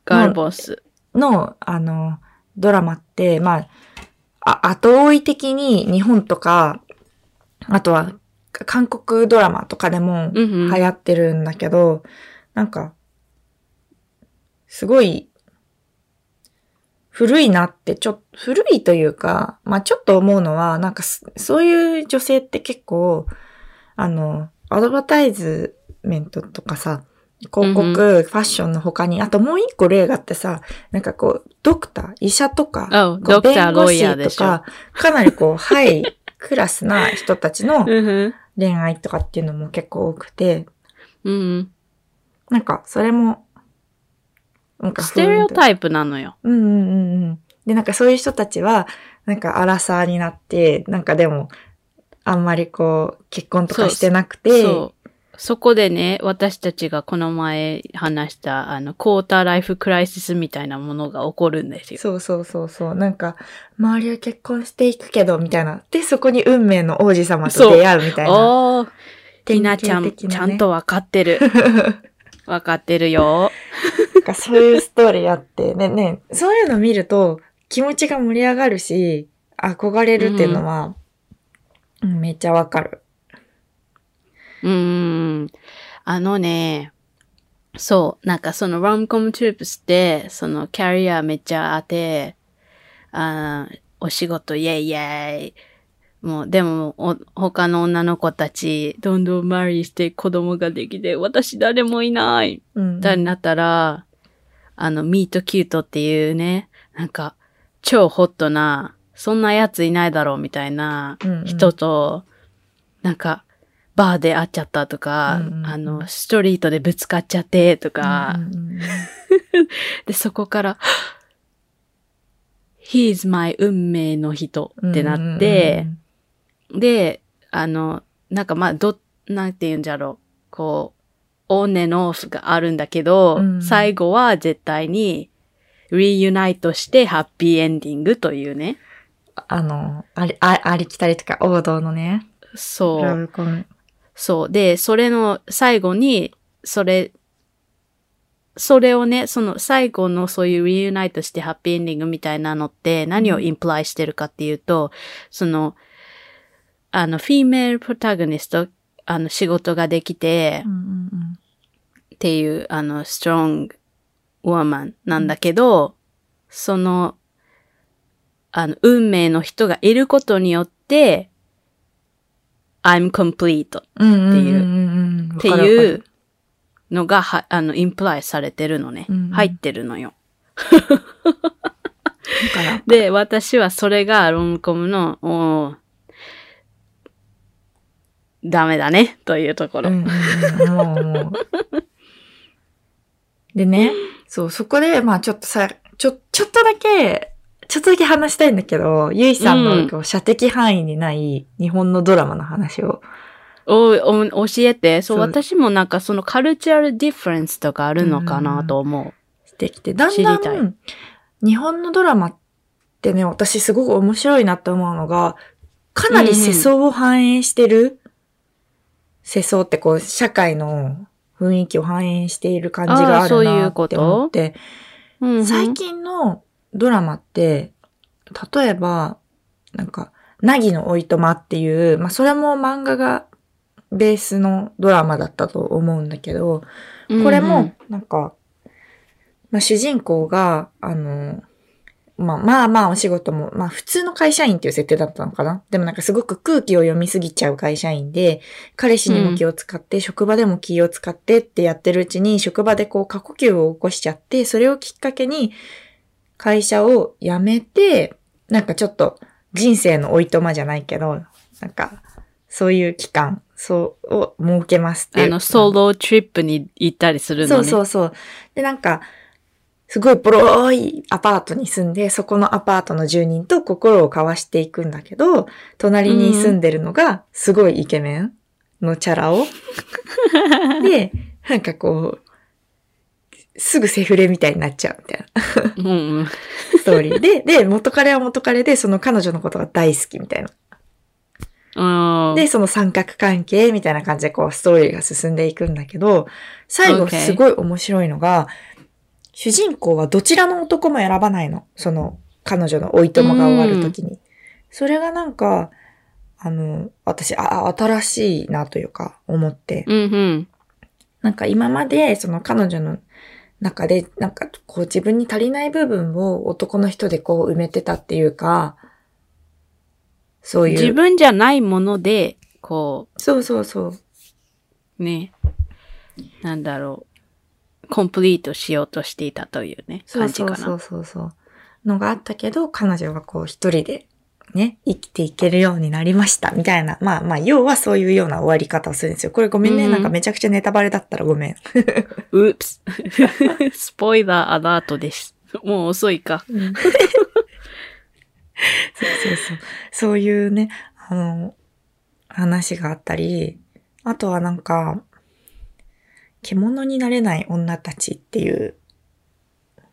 Speaker 1: ガールボス。
Speaker 2: の、あの、ドラマって、まあ、あ後追い的に日本とか、あとは韓国ドラマとかでも
Speaker 1: うんう
Speaker 2: 流
Speaker 1: ん。
Speaker 2: 行ってるんだけど、なんか、すごい、古いなって、ちょっと、古いというか、まあちょっと思うのは、なんかす、そういう女性って結構、あの、アドバタイズメントとかさ、広告、
Speaker 1: うんうん
Speaker 2: ファッションの他に、あともう一個例があってさ、なんかこう、ドクター、医者とか、
Speaker 1: あ、
Speaker 2: こ
Speaker 1: ドク
Speaker 2: う
Speaker 1: ター、
Speaker 2: 弁護
Speaker 1: ロイヤー
Speaker 2: 士
Speaker 1: で
Speaker 2: と
Speaker 1: しょ。
Speaker 2: か、かなりこう、ハイクラスな人たち
Speaker 1: う
Speaker 2: の
Speaker 1: んうん。
Speaker 2: 恋愛とかっていうのも結構多くて、
Speaker 1: うんうん。
Speaker 2: なんか、それも、なん
Speaker 1: ステレオ
Speaker 2: イ
Speaker 1: タイプなのよ。
Speaker 2: プ。うんうんうんうん。で、なんかそういう人たちは、なんかアラサーになって、なんかでも、あんまりこう、結婚とかしてなくて、
Speaker 1: そう。そこでね、私たちがこの前話した、あの、クォーターライフクライシスみたいなものが起こるんですよ。
Speaker 2: そうそうそうそう。なんか、周りは結婚していくけど、みたいな。で、そこに運命の王子様と出会うみたいな。
Speaker 1: おー、りなちゃん、
Speaker 2: 典型的
Speaker 1: ち
Speaker 2: な
Speaker 1: ゃ
Speaker 2: ね
Speaker 1: んとわかって る。わかってるよ。
Speaker 2: なんかそういうストーリーあって、ね、ね、そういうの見ると気持ちが盛り上がるし、憧れるっていうのは、うんめっちゃわかる。
Speaker 1: うーん。あのね、そう、なんかそのロムコムトゥープスって、そのキャリアめっちゃあって、あーお仕事イェイイェイ。もう、でも、お他の女の子たち、どんどんマリーして子供ができて、私誰もいない。
Speaker 2: うん。
Speaker 1: だになったら、あの、ミートキュートっていうね、なんか、超ホットな、そんなやついないだろうみたいな
Speaker 2: うんうん
Speaker 1: 人と、なんか、バーで会っちゃったとか、
Speaker 2: うんうんうん
Speaker 1: あの、ストリートでぶつかっちゃってとか、
Speaker 2: うんうんうん
Speaker 1: で、そこから、He's my 運命の人ってなって、で、あの、なんかまあ、ど、なんて言うんじゃろう。こう、オンエンオフがあるんだけど、
Speaker 2: うん
Speaker 1: 最後は絶対に、リユナイトしてハッピーエンディングというね。
Speaker 2: あの、あり、あありきたりとか王道のね、
Speaker 1: そう。
Speaker 2: ラブコメ。
Speaker 1: そう。で、それの最後に、それ、それをね、その最後のそういうリユナイトしてハッピーエンディングみたいなのって何をインプライしてるかっていうと、その、あの、フィメールプロタゴニスト、あの、仕事ができて
Speaker 2: うん、うんうん
Speaker 1: っていう、あの、ストロングウォーマンなんだけど、その、あの、運命の人がいることによって、I'm complete
Speaker 2: うん
Speaker 1: っていうん
Speaker 2: うんん
Speaker 1: って
Speaker 2: わかるわか
Speaker 1: い
Speaker 2: る
Speaker 1: うのが、は、あの、インプライされてるのね。
Speaker 2: うんうん
Speaker 1: 入ってるのよ。
Speaker 2: だから
Speaker 1: で、私はそれがロムコムの、おーダメだね、というところ。
Speaker 2: うんうんうんもう、もう。でね、そう、そこで、まあちょっとさ、ちょ、ちょっとだけ、ちょっとだけ話したいんだけど、ゆいさん
Speaker 1: うん
Speaker 2: のこう射的範囲にない日本のドラマの話を。
Speaker 1: おお教えて。そう、
Speaker 2: そう
Speaker 1: 私もなんかそのカルチュアルディフェンスとかあるのかなと思
Speaker 2: してきて、だん
Speaker 1: 知
Speaker 2: だ
Speaker 1: りたい
Speaker 2: ん、日本のドラマってね、私すごく面白いなって思うのが、かなり世相を反映してる、世相ってこう、社会の雰囲気を反映している感じがあ
Speaker 1: あーそう
Speaker 2: る
Speaker 1: い
Speaker 2: な
Speaker 1: うこ
Speaker 2: って
Speaker 1: と
Speaker 2: 思って、
Speaker 1: う。うんうん
Speaker 2: 最近のドラマって、例えば、なんか、なぎのおいとまっていう、まあ、それも漫画がベースのドラマだったと思うんだけど、これも、、なんか、まあ、主人公が、あの、まあまあまあお仕事も、まあ普通の会社員っていう設定だったのかなでもなんかすごく空気を読みすぎちゃう会社員で、彼氏にも気を使って、職場でも気を使ってってやってるうちに、職場でこう過呼吸を起こしちゃって、それをきっかけに会社を辞めて、なんかちょっと人生のおいとまじゃないけど、なんか、そういう期間、そう、を設けますっ
Speaker 1: うん
Speaker 2: てい
Speaker 1: あ
Speaker 2: う。
Speaker 1: の、ソロトリップに行ったりするの
Speaker 2: そ
Speaker 1: ね。
Speaker 2: うそうそう。で、なんか、すごいボローいアパートに住んで、そこのアパートの住人と心を交わしていくんだけど、隣に住んでるのが、すごいイケメンのチャラ を。で、なんかこう、すぐセフレみたいになっちゃうみたいな。
Speaker 1: うんうん。
Speaker 2: ストーリーで、で、元彼は元彼で、その彼女のことが大好きみたいな。
Speaker 1: うん。
Speaker 2: で、その三角関係みたいな感じでこうストーリーが進んでいくんだけど、最後
Speaker 1: Okay.
Speaker 2: すごい面白いのが、主人公はどちらの男も選ばないの。その彼女のおいともが終わるときに。それがなんか、あの、私、あ、あ新しいなというか思って。
Speaker 1: うんうん。
Speaker 2: なんか今までその彼女の中で、なんかこう自分に足りない部分を男の人でこう埋めてたっていうか、そういう。
Speaker 1: 自分じゃないもので、こ
Speaker 2: そうそうそう。
Speaker 1: う、ね、なんだろう、コンプリートしようとしていたというね、
Speaker 2: そ
Speaker 1: 感
Speaker 2: う
Speaker 1: じ
Speaker 2: そ
Speaker 1: か
Speaker 2: う
Speaker 1: な。
Speaker 2: そうそうそう。のがあったけど、彼女はこう一人でね、生きていけるようになりました、みたいな。まあまあ、要はそういうような終わり方をするんですよ。これごめんね、
Speaker 1: うん
Speaker 2: なんかめちゃくちゃネタバレだったらごめん。
Speaker 1: うっす。スポイラーアラートです。もう遅いか。
Speaker 2: そうそうそう。そういうね、あの、話があったり、あとはなんか、獣になれない女たちっていう、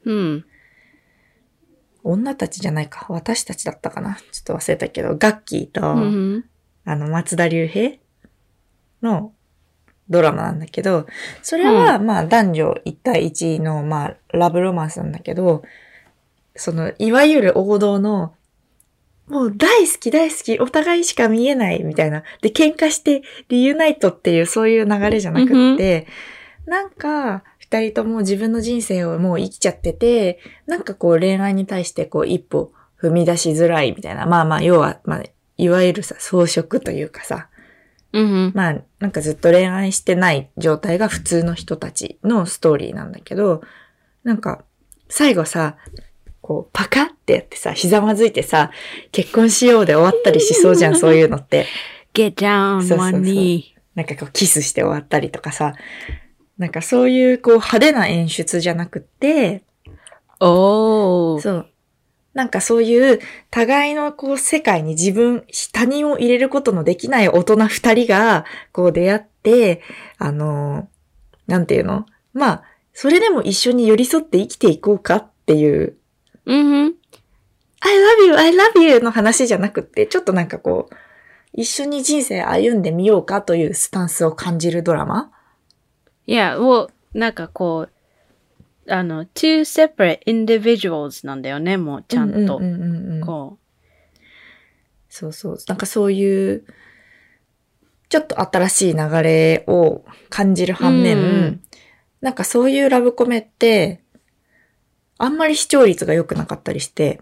Speaker 1: うん。
Speaker 2: 女たちじゃないか、私たちだったかな。ちょっと忘れたけど、ガッキー
Speaker 1: う
Speaker 2: と、
Speaker 1: ん
Speaker 2: あの、松田龍平のドラマなんだけど、それは、まあ、男女一対一の、まあ、ラブロマンスなんだけど、その、いわゆる王道の、もう大好き大好き、お互いしか見えないみたいな。で、喧嘩してリユナイトっていうそういう流れじゃなくって、なんか、二人とも自分の人生をもう生きちゃってて、なんかこう恋愛に対してこう一歩踏み出しづらいみたいな。まあまあ、要は、まあ、いわゆるさ、装飾というかさ、
Speaker 1: うんうん。
Speaker 2: まあ、なんかずっと恋愛してない状態が普通の人たちのストーリーなんだけど、なんか、最後さ、こう、パカってやってさ、ひざまずいてさ、結婚しようで終わったりしそうじゃん、そういうのって。
Speaker 1: Get down,
Speaker 2: そうそうそう
Speaker 1: one knee.
Speaker 2: なんかこう、キスして終わったりとかさ、なんかそういうこう、派手な演出じゃなくって、
Speaker 1: おー。
Speaker 2: そう。なんかそういう、互いのこう世界に自分、他人を入れることのできない大人二人が、こう出会って、あのー、なんていうのまあ、それでも一緒に寄り添って生きていこうかっていう、
Speaker 1: うんうん。
Speaker 2: I love you, I love you の話じゃなくって、ちょっとなんかこう、一緒に人生歩んでみようかというスタンスを感じるドラマ
Speaker 1: いや、もう、なんかこう、あの、two separate individuals なんだよね、もうちゃんと
Speaker 2: う。んうんうんうん
Speaker 1: こ
Speaker 2: そうそう。なんかそういう、ちょっと新しい流れを感じる反面、
Speaker 1: うん
Speaker 2: なんかそういうラブコメって、あんまり視聴率が良くなかったりして、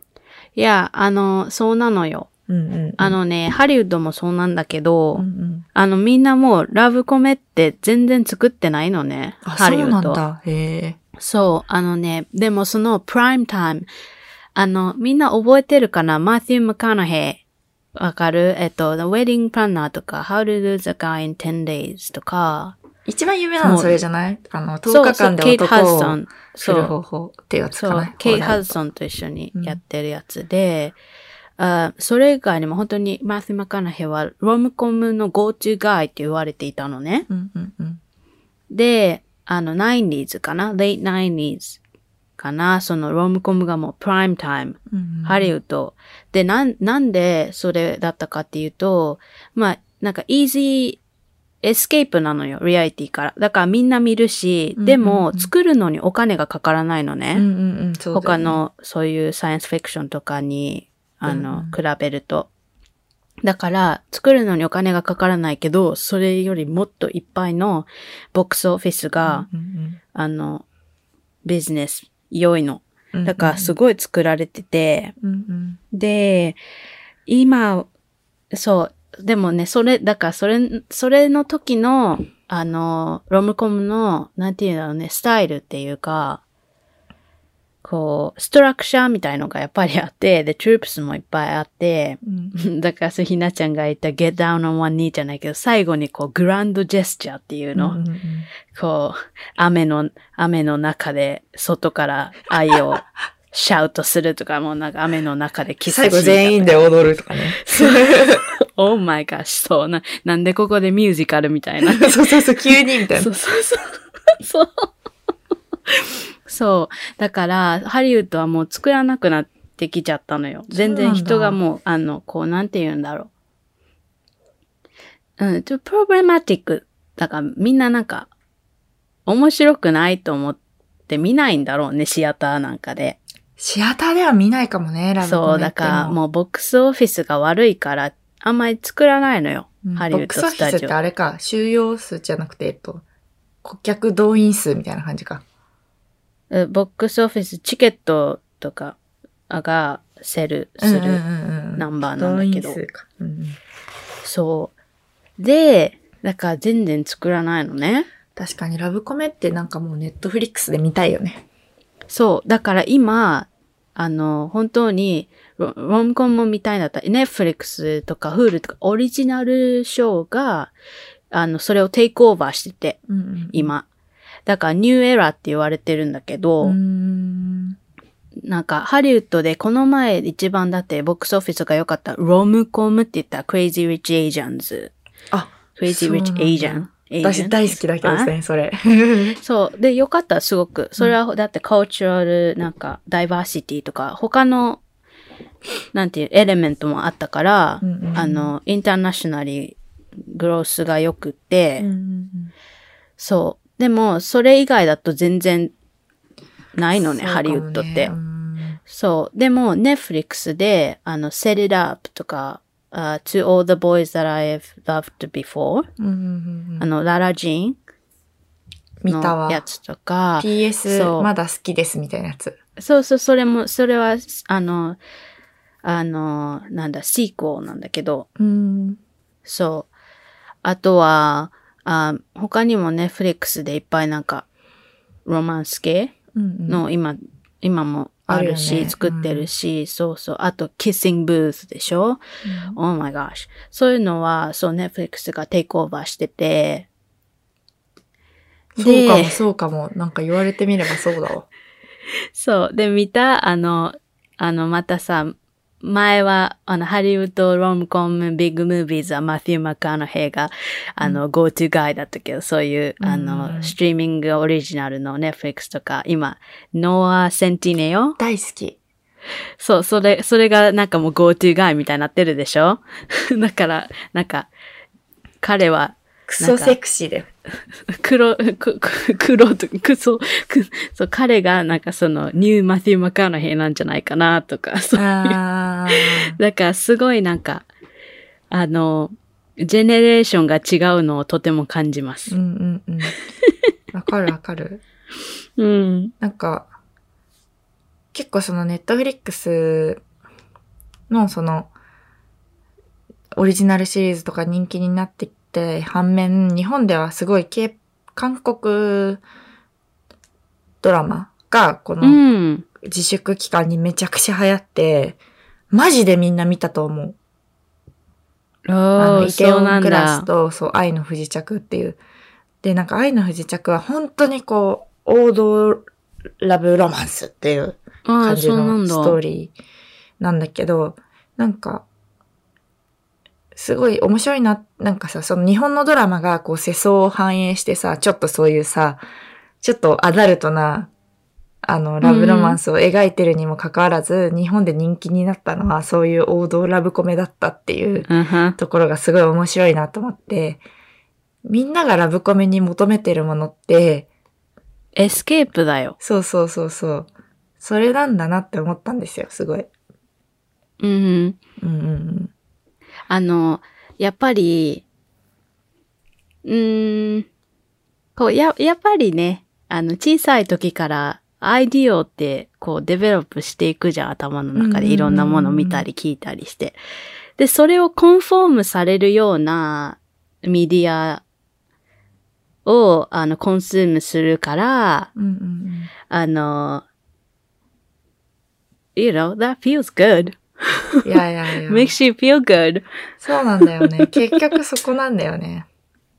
Speaker 1: う。いや、あの、そうなのよ。
Speaker 2: うんうんうん
Speaker 1: あ、のね、ハリウッドもそうなんだけど、
Speaker 2: うんうん、
Speaker 1: あの、みんなもう、ラブコメって全然作ってないのね。
Speaker 2: あ、
Speaker 1: ハ
Speaker 2: そ
Speaker 1: リウ
Speaker 2: うな
Speaker 1: ッ
Speaker 2: ん
Speaker 1: ド。
Speaker 2: だ。へえ。
Speaker 1: そう、あのね、でもそのプライムタイム、あの、みんな覚えてるかなマティー・ムカナヘイ。わかるえっと、The Wedding Planner とか、How to Lose a Guy in 10 Days とか、
Speaker 2: 一番有名なの
Speaker 1: そう
Speaker 2: それじゃないあの、
Speaker 1: そ
Speaker 2: 10
Speaker 1: う
Speaker 2: 日
Speaker 1: そう
Speaker 2: 間
Speaker 1: ケイ
Speaker 2: で
Speaker 1: ト・ハズ
Speaker 2: 男
Speaker 1: ソ
Speaker 2: を
Speaker 1: ン。
Speaker 2: 振
Speaker 1: そ
Speaker 2: る
Speaker 1: う
Speaker 2: 方。法ってやつ
Speaker 1: そ
Speaker 2: か
Speaker 1: う
Speaker 2: な。、
Speaker 1: ケイト・ハズ
Speaker 2: ズ
Speaker 1: ソンと一緒に
Speaker 2: うん
Speaker 1: やってるやつで、あそれ以外にも本当にマティー・ムカナヘイはロムコムの Go-To Guy って言われていたのね。
Speaker 2: うんうんうん。
Speaker 1: で、あの、90s かな ?late 90s かなそのロムコムがもうプライムタイム。
Speaker 2: うんうん
Speaker 1: ハリウッド。で、なん、なんでそれだったかっていうと、まあ、なんか、イージーエスケープなのよ、リアリティから。だからみんな見るし、で
Speaker 2: うんうんう
Speaker 1: も
Speaker 2: ん
Speaker 1: 作るのにお金がかからないのね。
Speaker 2: うんうんうん、そうだよね
Speaker 1: 他、のそういうサイエンスフィクションとかに、あ
Speaker 2: う
Speaker 1: の、
Speaker 2: んうん
Speaker 1: 比べると。だから、作るのにお金がかからないけど、それよりもっといっぱいのボックスオフィスが、
Speaker 2: うんうん
Speaker 1: あの、ビジネス、良いの。
Speaker 2: うん、
Speaker 1: だから、すごい作られてて、
Speaker 2: うんうん、
Speaker 1: で、今、そう、でもね、それ、だから、それ、それの時の、あの、ロムコムの、なんていうんだろうね、スタイルっていうか、こう、ストラクチャーみたいのがやっぱりあって、で、トゥープスもいっぱいあって、
Speaker 2: うん
Speaker 1: だから、そうひなちゃんが言った get down on one knee じゃないけど、最後にこう、グランドジェスチャーっていう
Speaker 2: うん、
Speaker 1: の、
Speaker 2: うんうんうん
Speaker 1: こう、雨の、雨の中で、外から愛をシャウトするとか、もうなんか雨の中でキス
Speaker 2: 最後全
Speaker 1: 員。
Speaker 2: 員で踊るとかね。
Speaker 1: オーマイガッシュ、そうな、なんでここでミュージカルみたいな。
Speaker 2: そうそ うそう、急にみたい
Speaker 1: そ
Speaker 2: な。
Speaker 1: うそうそう。 そう。そう。だから、ハリウッドはもう作らなくなってきちゃったのよ。全然人がもう、あの、こう、なんて言うんだろう。うん、ちょっとプロブレマティック。だからみんななんか、面白くないと思って見ないんだろうね、シアターなんかで。
Speaker 2: シアターでは見ないかもね、ラブコメ
Speaker 1: そう、だからもうボックスオフィスが悪いから、あんまり作らないのよ。
Speaker 2: う、ん
Speaker 1: ハリ
Speaker 2: ボ
Speaker 1: ウ
Speaker 2: ッ
Speaker 1: ッ
Speaker 2: クスオ
Speaker 1: ド
Speaker 2: フ
Speaker 1: ス
Speaker 2: ィ
Speaker 1: タ
Speaker 2: スっ
Speaker 1: ジ
Speaker 2: て
Speaker 1: オ。
Speaker 2: あれか、収容数じゃなくて、えっと、顧客動員数みたいな感じか。
Speaker 1: うんボックスオフィス、チケットとかがセルする。ナンバーなんだけど
Speaker 2: 動員数か。うん
Speaker 1: そう。で、だから全然作らないのね。
Speaker 2: 確かにラブコメってなんかもうネットフリックスで見たいよね。
Speaker 1: そう。だから今、あの、本当にロ、ロムコンも見たいんだったら、ネッフリックスとかフールとかオリジナルショーが、あの、それをテイクオーバーしてて、
Speaker 2: うんうん、
Speaker 1: 今。だからニューエラーって言われてるんだけど、
Speaker 2: うーん。
Speaker 1: なんかハリウッドでこの前一番だってボックスオフィスが良かったロムコムって言ったら Crazy Rich Asians。
Speaker 2: あ、
Speaker 1: Crazy Rich
Speaker 2: そうなん
Speaker 1: Asian。
Speaker 2: 私
Speaker 1: Asian
Speaker 2: 大好きだけど
Speaker 1: あ
Speaker 2: ね、それ。
Speaker 1: そう。で、良かった、すごく。それは、だって、カルチュラル、なんか、ダイバーシティとか、他の、なんていう、エレメントもあったから、
Speaker 2: うんうんうん
Speaker 1: あの、インターナショナリー、グロースが良くて、
Speaker 2: うんうんうん
Speaker 1: そう。でも、それ以外だと全然、ないのね、
Speaker 2: そうかも
Speaker 1: ハリウッドって。
Speaker 2: うん
Speaker 1: そう。でも、ネッフリックスで、あの、Set It Up とか、あ To All the Boys That I've Loved Before、
Speaker 2: うんうんう
Speaker 1: あ
Speaker 2: ん
Speaker 1: の、ララジーン
Speaker 2: 見た
Speaker 1: の
Speaker 2: わ
Speaker 1: や。つとか、そ
Speaker 2: PS
Speaker 1: う
Speaker 2: まだ好きですみたいなやつ。
Speaker 1: そうそう、それも、それは、あの、あの、なんだ、シーコーなんだけど、
Speaker 2: うん。
Speaker 1: そう。あとは、あ他にもね、フレックスでいっぱいなんか、ロマンス系
Speaker 2: うん
Speaker 1: の今、今もある
Speaker 2: ある
Speaker 1: し、
Speaker 2: よね
Speaker 1: 作ってるし、そうそう。あと、キッシングブースでしょ ?Oh my gosh. そういうのは、そう、ネッフレックスがテイクオーバーしてて、
Speaker 2: そうかも、
Speaker 1: で
Speaker 2: そうかも。なんか言われてみればそうだわ。
Speaker 1: そう。で、見たあの、あの、またさ、前は、あの、ハリウッド、ロムコム、ビッグムービーズはマティー・マカーの映画、あの、GoTo ガイだったけど、そういう、あ
Speaker 2: うん
Speaker 1: の、ストリーミングオリジナルの Netflix とか、今、ノア・センティネよ
Speaker 2: 大好き。
Speaker 1: そう、それ、それがなんかもう GoTo ガイみたいになってるでしょ だから、なんか、彼は、
Speaker 2: クソセクシーだよ。
Speaker 1: 黒、く、く、黒と、くそ、く、そう、彼がなんかその、ニューマティー・マカーの兵なんじゃないかな、とか、そう
Speaker 2: あー
Speaker 1: だからすごいなんか、あの、ジェネレーションが違うのをとても感じま
Speaker 2: う
Speaker 1: す。
Speaker 2: んうん うん。わかるわかる。
Speaker 1: うん。
Speaker 2: なんか、結構そのネットフリックスのその、オリジナルシリーズとか人気になってきて、反面、日本ではすごい、K- 韓国ドラマが、こ
Speaker 1: う
Speaker 2: の
Speaker 1: ん。
Speaker 2: 自粛期間にめちゃくちゃ流行って、マジでみんな見たと思う。
Speaker 1: お
Speaker 2: あ
Speaker 1: ー、
Speaker 2: の、イテ
Speaker 1: そう
Speaker 2: オ
Speaker 1: な
Speaker 2: ン
Speaker 1: ん
Speaker 2: クラ
Speaker 1: だ
Speaker 2: ス。と、そう、愛の不時着っていう。で、なんか愛の不時着は本当にこう、王道ラブロマンスっていう
Speaker 1: あ
Speaker 2: 感
Speaker 1: あ、
Speaker 2: じ
Speaker 1: そうな
Speaker 2: の
Speaker 1: ん
Speaker 2: ス
Speaker 1: だ。
Speaker 2: トーリーなんだけど、なんか、すごい面白いな、なんかさ、その日本のドラマがこう世相を反映してさ、ちょっとそういうさ、ちょっとアダルトな、あの、ラブロマンスを描いてるにもかかわらず、日本で人気になったのはそういう王道ラブコメだったっていう
Speaker 1: うんはん
Speaker 2: ところがすごい面白いなと思って、みんながラブコメに求めてるものって、
Speaker 1: エスケープだよ。
Speaker 2: そうそうそうそう、それなんだなって思ったんですよ、すごい。
Speaker 1: うんうん。
Speaker 2: うんうんうん。
Speaker 1: あの、やっぱり、うーん、こう、や、やっぱりね、あの、小さい時から、アイディオって、こう、デベロップしていくじゃん、頭の中で。
Speaker 2: うん
Speaker 1: いろんなもの見たり聞いたりして。で、それをコンフォームされるようなメディアを、あの、コンスームするから、
Speaker 2: うんうん
Speaker 1: あの、you know, that feels good.
Speaker 2: うん。いや いやいや。
Speaker 1: makes you feel good.
Speaker 2: そうなんだよね。結局そこなんだよね。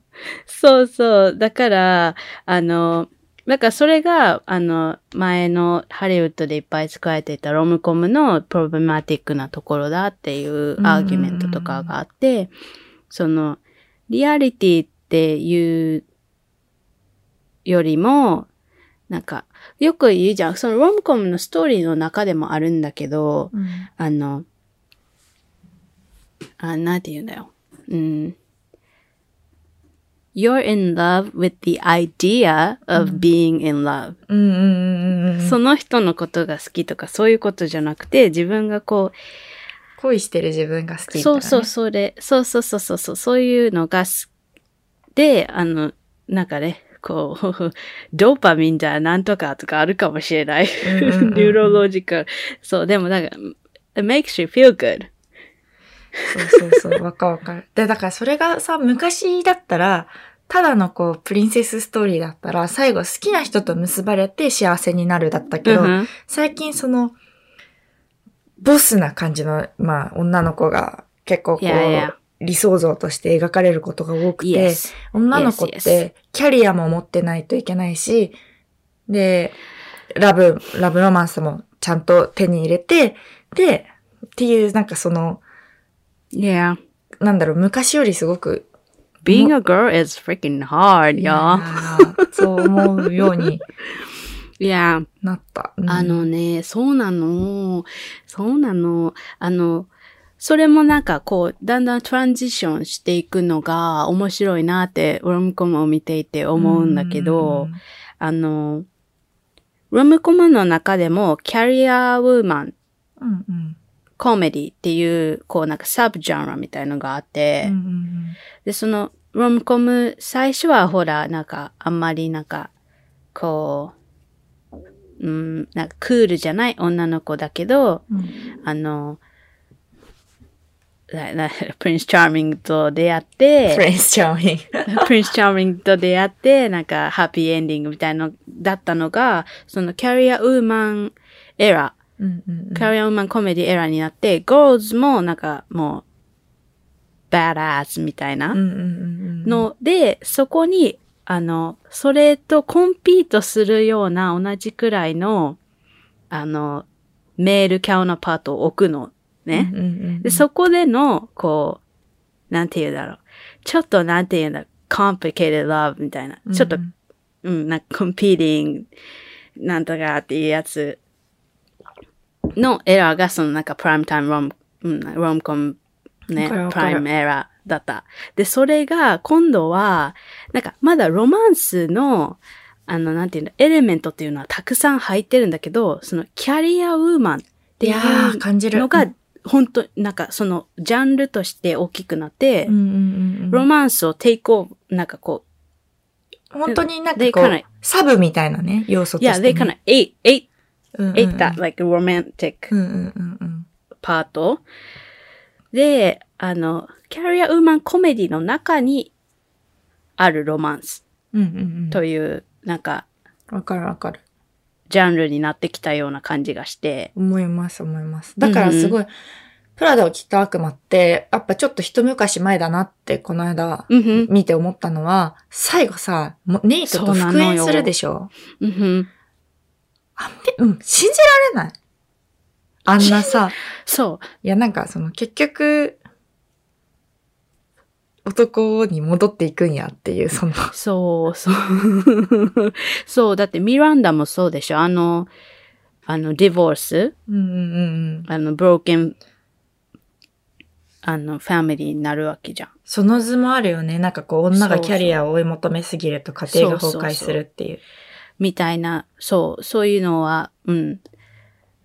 Speaker 1: そうそう。だから、あの、なんかそれが、あの、前のハリウッドでいっぱい使われていたロムコムのプロブマティックなところだっていうアーギュメントとかがあって、その、リアリティっていうよりも、なんか、よく言うじゃん。そのロムコムのストーリーの中でもあるんだけど、
Speaker 2: うん。
Speaker 1: あの、あ、なんて言うんだよ。うん。 you're in love with the idea
Speaker 2: う
Speaker 1: of
Speaker 2: ん
Speaker 1: being in love、
Speaker 2: うんうんうんうん。
Speaker 1: その人のことが好きとかそういうことじゃなくて、自分がこ
Speaker 2: 恋してる自分が好
Speaker 1: う、
Speaker 2: きみたい
Speaker 1: そ
Speaker 2: な、
Speaker 1: うそう、それ、そうそうそうそうそう、そういうのがすで、あの、なんかね、こう、 ドーパミンじゃなんとかとかあるかもしれない。
Speaker 2: う
Speaker 1: ニ
Speaker 2: んうんうん
Speaker 1: ューロロジカル。そう、でもなんか、it makes you feel good.
Speaker 2: そうそうそう、わかわかる。で、だからそれがさ、昔だったら、ただのこう、プリンセスストーリーだったら、最後好きな人と結ばれて幸せになるだったけど、
Speaker 1: うん
Speaker 2: 最近その、ボスな感じの、まあ、女の子が結構こう、
Speaker 1: いやいや
Speaker 2: 理想像として描かれることが多くて、
Speaker 1: Yes.
Speaker 2: 女の子っ
Speaker 1: Yes,
Speaker 2: てキャリアも持ってないといけないし、で、ラブ、ラブロマンスもちゃんと手に入れて、で、っていうなんかその、
Speaker 1: Yeah.
Speaker 2: なんだろう、昔よりすごく、
Speaker 1: Being a girl is freaking hard,
Speaker 2: いや
Speaker 1: y'all.
Speaker 2: ーそう思うように
Speaker 1: Yeah.
Speaker 2: なった。うん
Speaker 1: あ、のね、そうなの。そうなの。あの、それもなんかこう、だんだんトランジションしていくのが面白いなって、ロムコムを見ていて思うんだけど、あの、ロムコムの中でも、キャリアウーマン、
Speaker 2: うん、うんうん
Speaker 1: コメディっていう、こうなんかサブジャンルみたいのがあって、
Speaker 2: うんうん
Speaker 1: で、その、ロムコム、最初はほら、なんか、あんまりなんか、こう、うん、なんかクールじゃない女の子だけど、
Speaker 2: うんうん
Speaker 1: あの、ななプリンス・チャーミングと出会って
Speaker 2: フ、 レンスチャーミング。
Speaker 1: プリンス・チャーミングと出会って、なんか、ハッピーエンディングみたいの、だったのが、その、キャリアウーマンエラー、
Speaker 2: うんうん
Speaker 1: キャリアウーマンコメディエラーになって、ゴールズもなんか、もう、バーダースみたいな、
Speaker 2: うんうんうんうん
Speaker 1: ので、そこに、あの、それとコンピートするような同じくらいの、あの、メールキャウナパートを置くのね。
Speaker 2: うんうんうん
Speaker 1: で、そこでの、こう、なんて言うだろう。ちょっとなんて言うんだろう。complicated love みたいな。ちょっと、
Speaker 2: う
Speaker 1: うんん、なんか competing なんとかっていうやつのエラーがそのなんかプライムタイムロム、うん、ロムコムね、
Speaker 2: わ
Speaker 1: プ
Speaker 2: かるわかる
Speaker 1: ライムエラーだった。で、それが今度は、なんかまだロマンスの、あの、なんていうの、エレメントっていうのはたくさん入ってるんだけど、そのキャリアウーマンって
Speaker 2: い
Speaker 1: いう
Speaker 2: やー、感じる。
Speaker 1: のが、本当なんかそのジャンルとして大きくなって、
Speaker 2: うんうんうんうん
Speaker 1: ロマンスをテイクオブ、なんかこ
Speaker 2: 本当になんか
Speaker 1: They
Speaker 2: こ
Speaker 1: kinda-
Speaker 2: う、サブみたいなね、要素
Speaker 1: う、
Speaker 2: とし
Speaker 1: yeah,
Speaker 2: てね。
Speaker 1: they kind of ate, ate,
Speaker 2: うんうん
Speaker 1: ate that like romantic
Speaker 2: うんうんうんうん。
Speaker 1: パート。で、あの、キャリアウーマンコメディの中にあるロマンス
Speaker 2: うんうん
Speaker 1: という、なんか、
Speaker 2: うん。わかるわかる。
Speaker 1: ジャンルになってきたような感じがして、
Speaker 2: 思います思います。だからすごい、プラダを着た悪魔って、やっぱちょっと一昔前だなって、この間、
Speaker 1: うんふん、
Speaker 2: 見て思ったのは、最後さ、もうネイトと
Speaker 1: そう
Speaker 2: 復
Speaker 1: なの
Speaker 2: 縁
Speaker 1: よ
Speaker 2: するでしょ
Speaker 1: うんふん。
Speaker 2: あんべ、うん、信じられない。あんな さ、
Speaker 1: そ
Speaker 2: いやなんかその結局、男に戻っていくんやっていう、その、
Speaker 1: う、そう、そう。 そう、だってミランダもそうでしょあの、あの、ディボース
Speaker 2: うんうんうんうん。
Speaker 1: あの、ブローケン、あの、ファミリーになるわけじゃん。
Speaker 2: その図もあるよね。なんかこう、女がキャリアを追い求めすぎると家庭が崩壊するっていう。
Speaker 1: みたいな、そう、そういうのは、うん。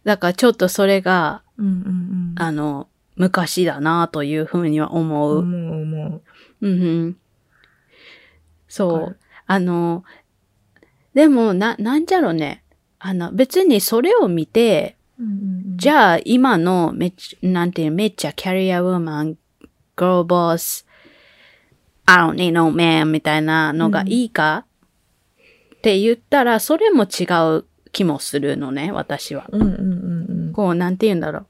Speaker 1: だからちょっとそれが、
Speaker 2: うんうん
Speaker 1: あの、昔だなというふうには思
Speaker 2: うん。
Speaker 1: う。
Speaker 2: 思う思う。
Speaker 1: うん、うん。そ
Speaker 2: わか
Speaker 1: う
Speaker 2: る。
Speaker 1: あの、でも、な、なんじゃろうね。あの、別にそれを見て、じ
Speaker 2: ゃ
Speaker 1: ゃあ今のめっちゃ、なんていうのめっちゃキャリアウーマン、グローボス、I don't need no man みたいなのがいいか、って言ったら、それも違う気もするのね、私は。
Speaker 2: うんうんうん
Speaker 1: こう、なんて言うんだろう。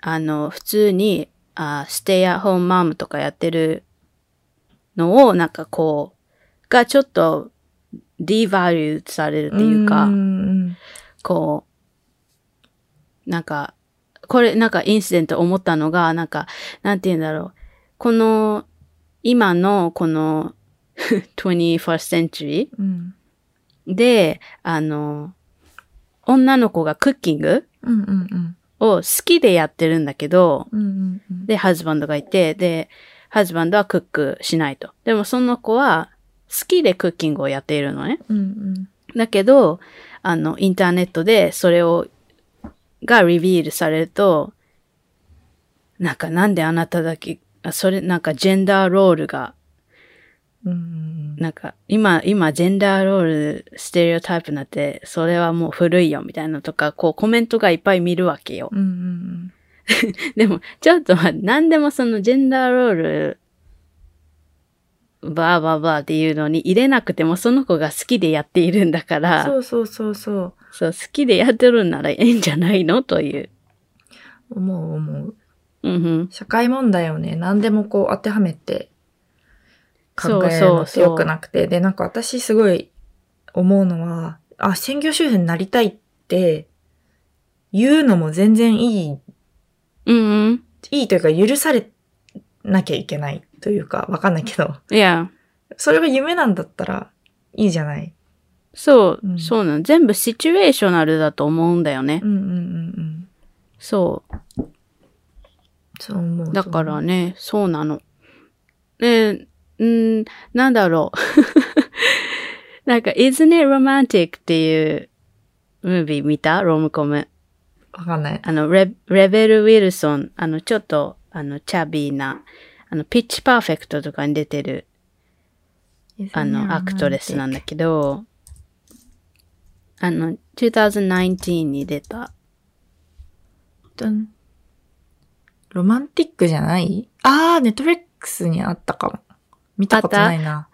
Speaker 1: あの、普通に、あステイアホームマムとかやってるのを、なんかこう、がちょっと、ディバリューされる
Speaker 2: う
Speaker 1: っ
Speaker 2: ん。
Speaker 1: ていうか、
Speaker 2: んん
Speaker 1: こう、なんか、これ、なんかインシデント思ったのが、なんか、なんて言うんだろう。この、今の、この、21st century
Speaker 2: うん。
Speaker 1: で、あの、女の子がクッキング
Speaker 2: うんうんうん。
Speaker 1: を好きでやってるんだけど、
Speaker 2: うんうんうん。
Speaker 1: で、ハズバンドがいて、で、ハズバンドはクックしないと。でも、その子は、好きでクッキングをやっているのね。
Speaker 2: うんうん。
Speaker 1: だけど、あの、インターネットでそれを、がリビールされると、なんかなんであなただけ、あそれなんかジェンダーロールが、
Speaker 2: うんうん
Speaker 1: なんか今、今ジェンダーロール、ステレオタイプなんて、それはもう古いよみたいなのとか、こうコメントがいっぱい見るわけよ。
Speaker 2: うん。うんうん
Speaker 1: でも、ちょっと待って、何でもそのジェンダーロール、バーバーバーっていうのに入れなくてもその子が好きでやっているんだか
Speaker 2: うん。
Speaker 1: ら、
Speaker 2: そうそうそうそう。
Speaker 1: そう、好きでやってるんならいいんじゃないのという。
Speaker 2: 思う思う。
Speaker 1: うんうん。
Speaker 2: 社会問題をね、何でもこう当てはめて考え
Speaker 1: そ
Speaker 2: るの
Speaker 1: うそう
Speaker 2: っ
Speaker 1: そ
Speaker 2: て
Speaker 1: う
Speaker 2: 良くなくて。で、なんか私すごい思うのは、あ、専業主婦になりたいって言うのも全然いい、
Speaker 1: うんうん。
Speaker 2: いいというか許されなきゃいけないというか、わかんないけど、
Speaker 1: いや、
Speaker 2: それが夢なんだったらいいじゃない。
Speaker 1: そう、
Speaker 2: うん
Speaker 1: そうなの。全部シチュエーショナルだと思うんだよね。
Speaker 2: うんうんうんうん。
Speaker 1: そ
Speaker 2: そう思う。
Speaker 1: う。だからね、そうなの。ねうん、なんだろう。 なんか、Isn't it romantic? っていうムービー見たロムコム。
Speaker 2: わかんない。
Speaker 1: あの、レ、レベル・ウィルソン、あの、ちょっと、あの、チャビーな、あの、ピッチ・パーフェクトとかに出てる、あの、アクトレスなんだけど、あの、2019に出た。
Speaker 2: どんロマンティックじゃないあー、ネットフリックスにあったかも。見たことないな。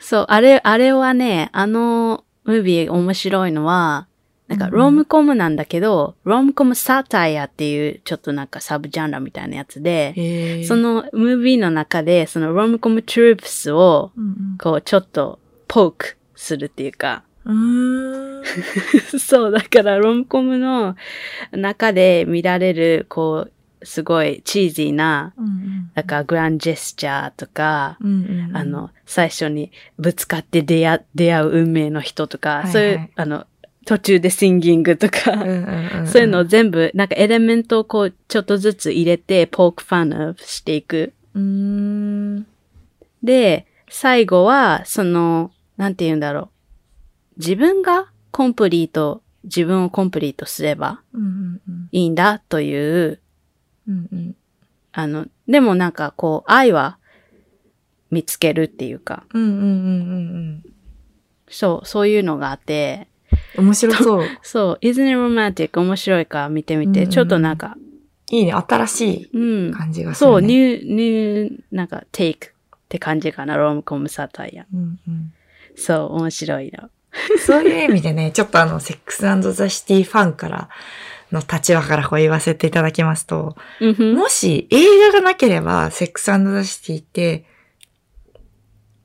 Speaker 1: そう、あれ、あれはね、あの、ムービー面白いのは、なんか、
Speaker 2: うん
Speaker 1: ロムコムなんだけど、ロムコムサタイアっていう、ちょっとなんかサブジャンルみたいなやつで、
Speaker 2: へー
Speaker 1: そ、のムービーの中で、そのロムコムトゥループスを、
Speaker 2: うん
Speaker 1: こう、ちょっと、ポークするっていうか、
Speaker 2: うん。うーん。
Speaker 1: そう、だからロムコムの中で見られる、こう、すごいチーズィーな、
Speaker 2: うん
Speaker 1: なんかグランジェスチャーとか、
Speaker 2: うんうんうん
Speaker 1: あ、の、最初にぶつかって出会出会う運命の人とか、
Speaker 2: はいはい
Speaker 1: そういう、あの、途中でシンギングとか、
Speaker 2: うんうんうんん
Speaker 1: そういうのを、全部、なんかエレメントをこう、ちょっとずつ入れて、ポークファンをしていく。
Speaker 2: うーん。
Speaker 1: で、最後は、その、なんて言うんだろう。自分がコンプリート、自分をコンプリートすれば、
Speaker 2: うんうんうん
Speaker 1: いいんだという、
Speaker 2: うんうん
Speaker 1: あの、でもなんかこう、愛は見つけるっていうか、
Speaker 2: うんうんうんうん
Speaker 1: そう、そういうのがあって、
Speaker 2: うん。面白そう。
Speaker 1: そう、Isn't it romantic? 面白いから見てみて、
Speaker 2: うんうん
Speaker 1: ちょっとなんか、
Speaker 2: いいね。新し
Speaker 1: うん
Speaker 2: い、感じがす
Speaker 1: そう、
Speaker 2: る、ね。
Speaker 1: ニュー、ニュー、なんか、テイクって感じかな、ロームコムサタイア。
Speaker 2: うんうん
Speaker 1: そう、面白いの。
Speaker 2: そういう意味でね、ちょっとあの、セックスザ・シティファンからの立場からこう言わせていただきますと、
Speaker 1: うんふん
Speaker 2: もし映画がなければ、セックスザシティって、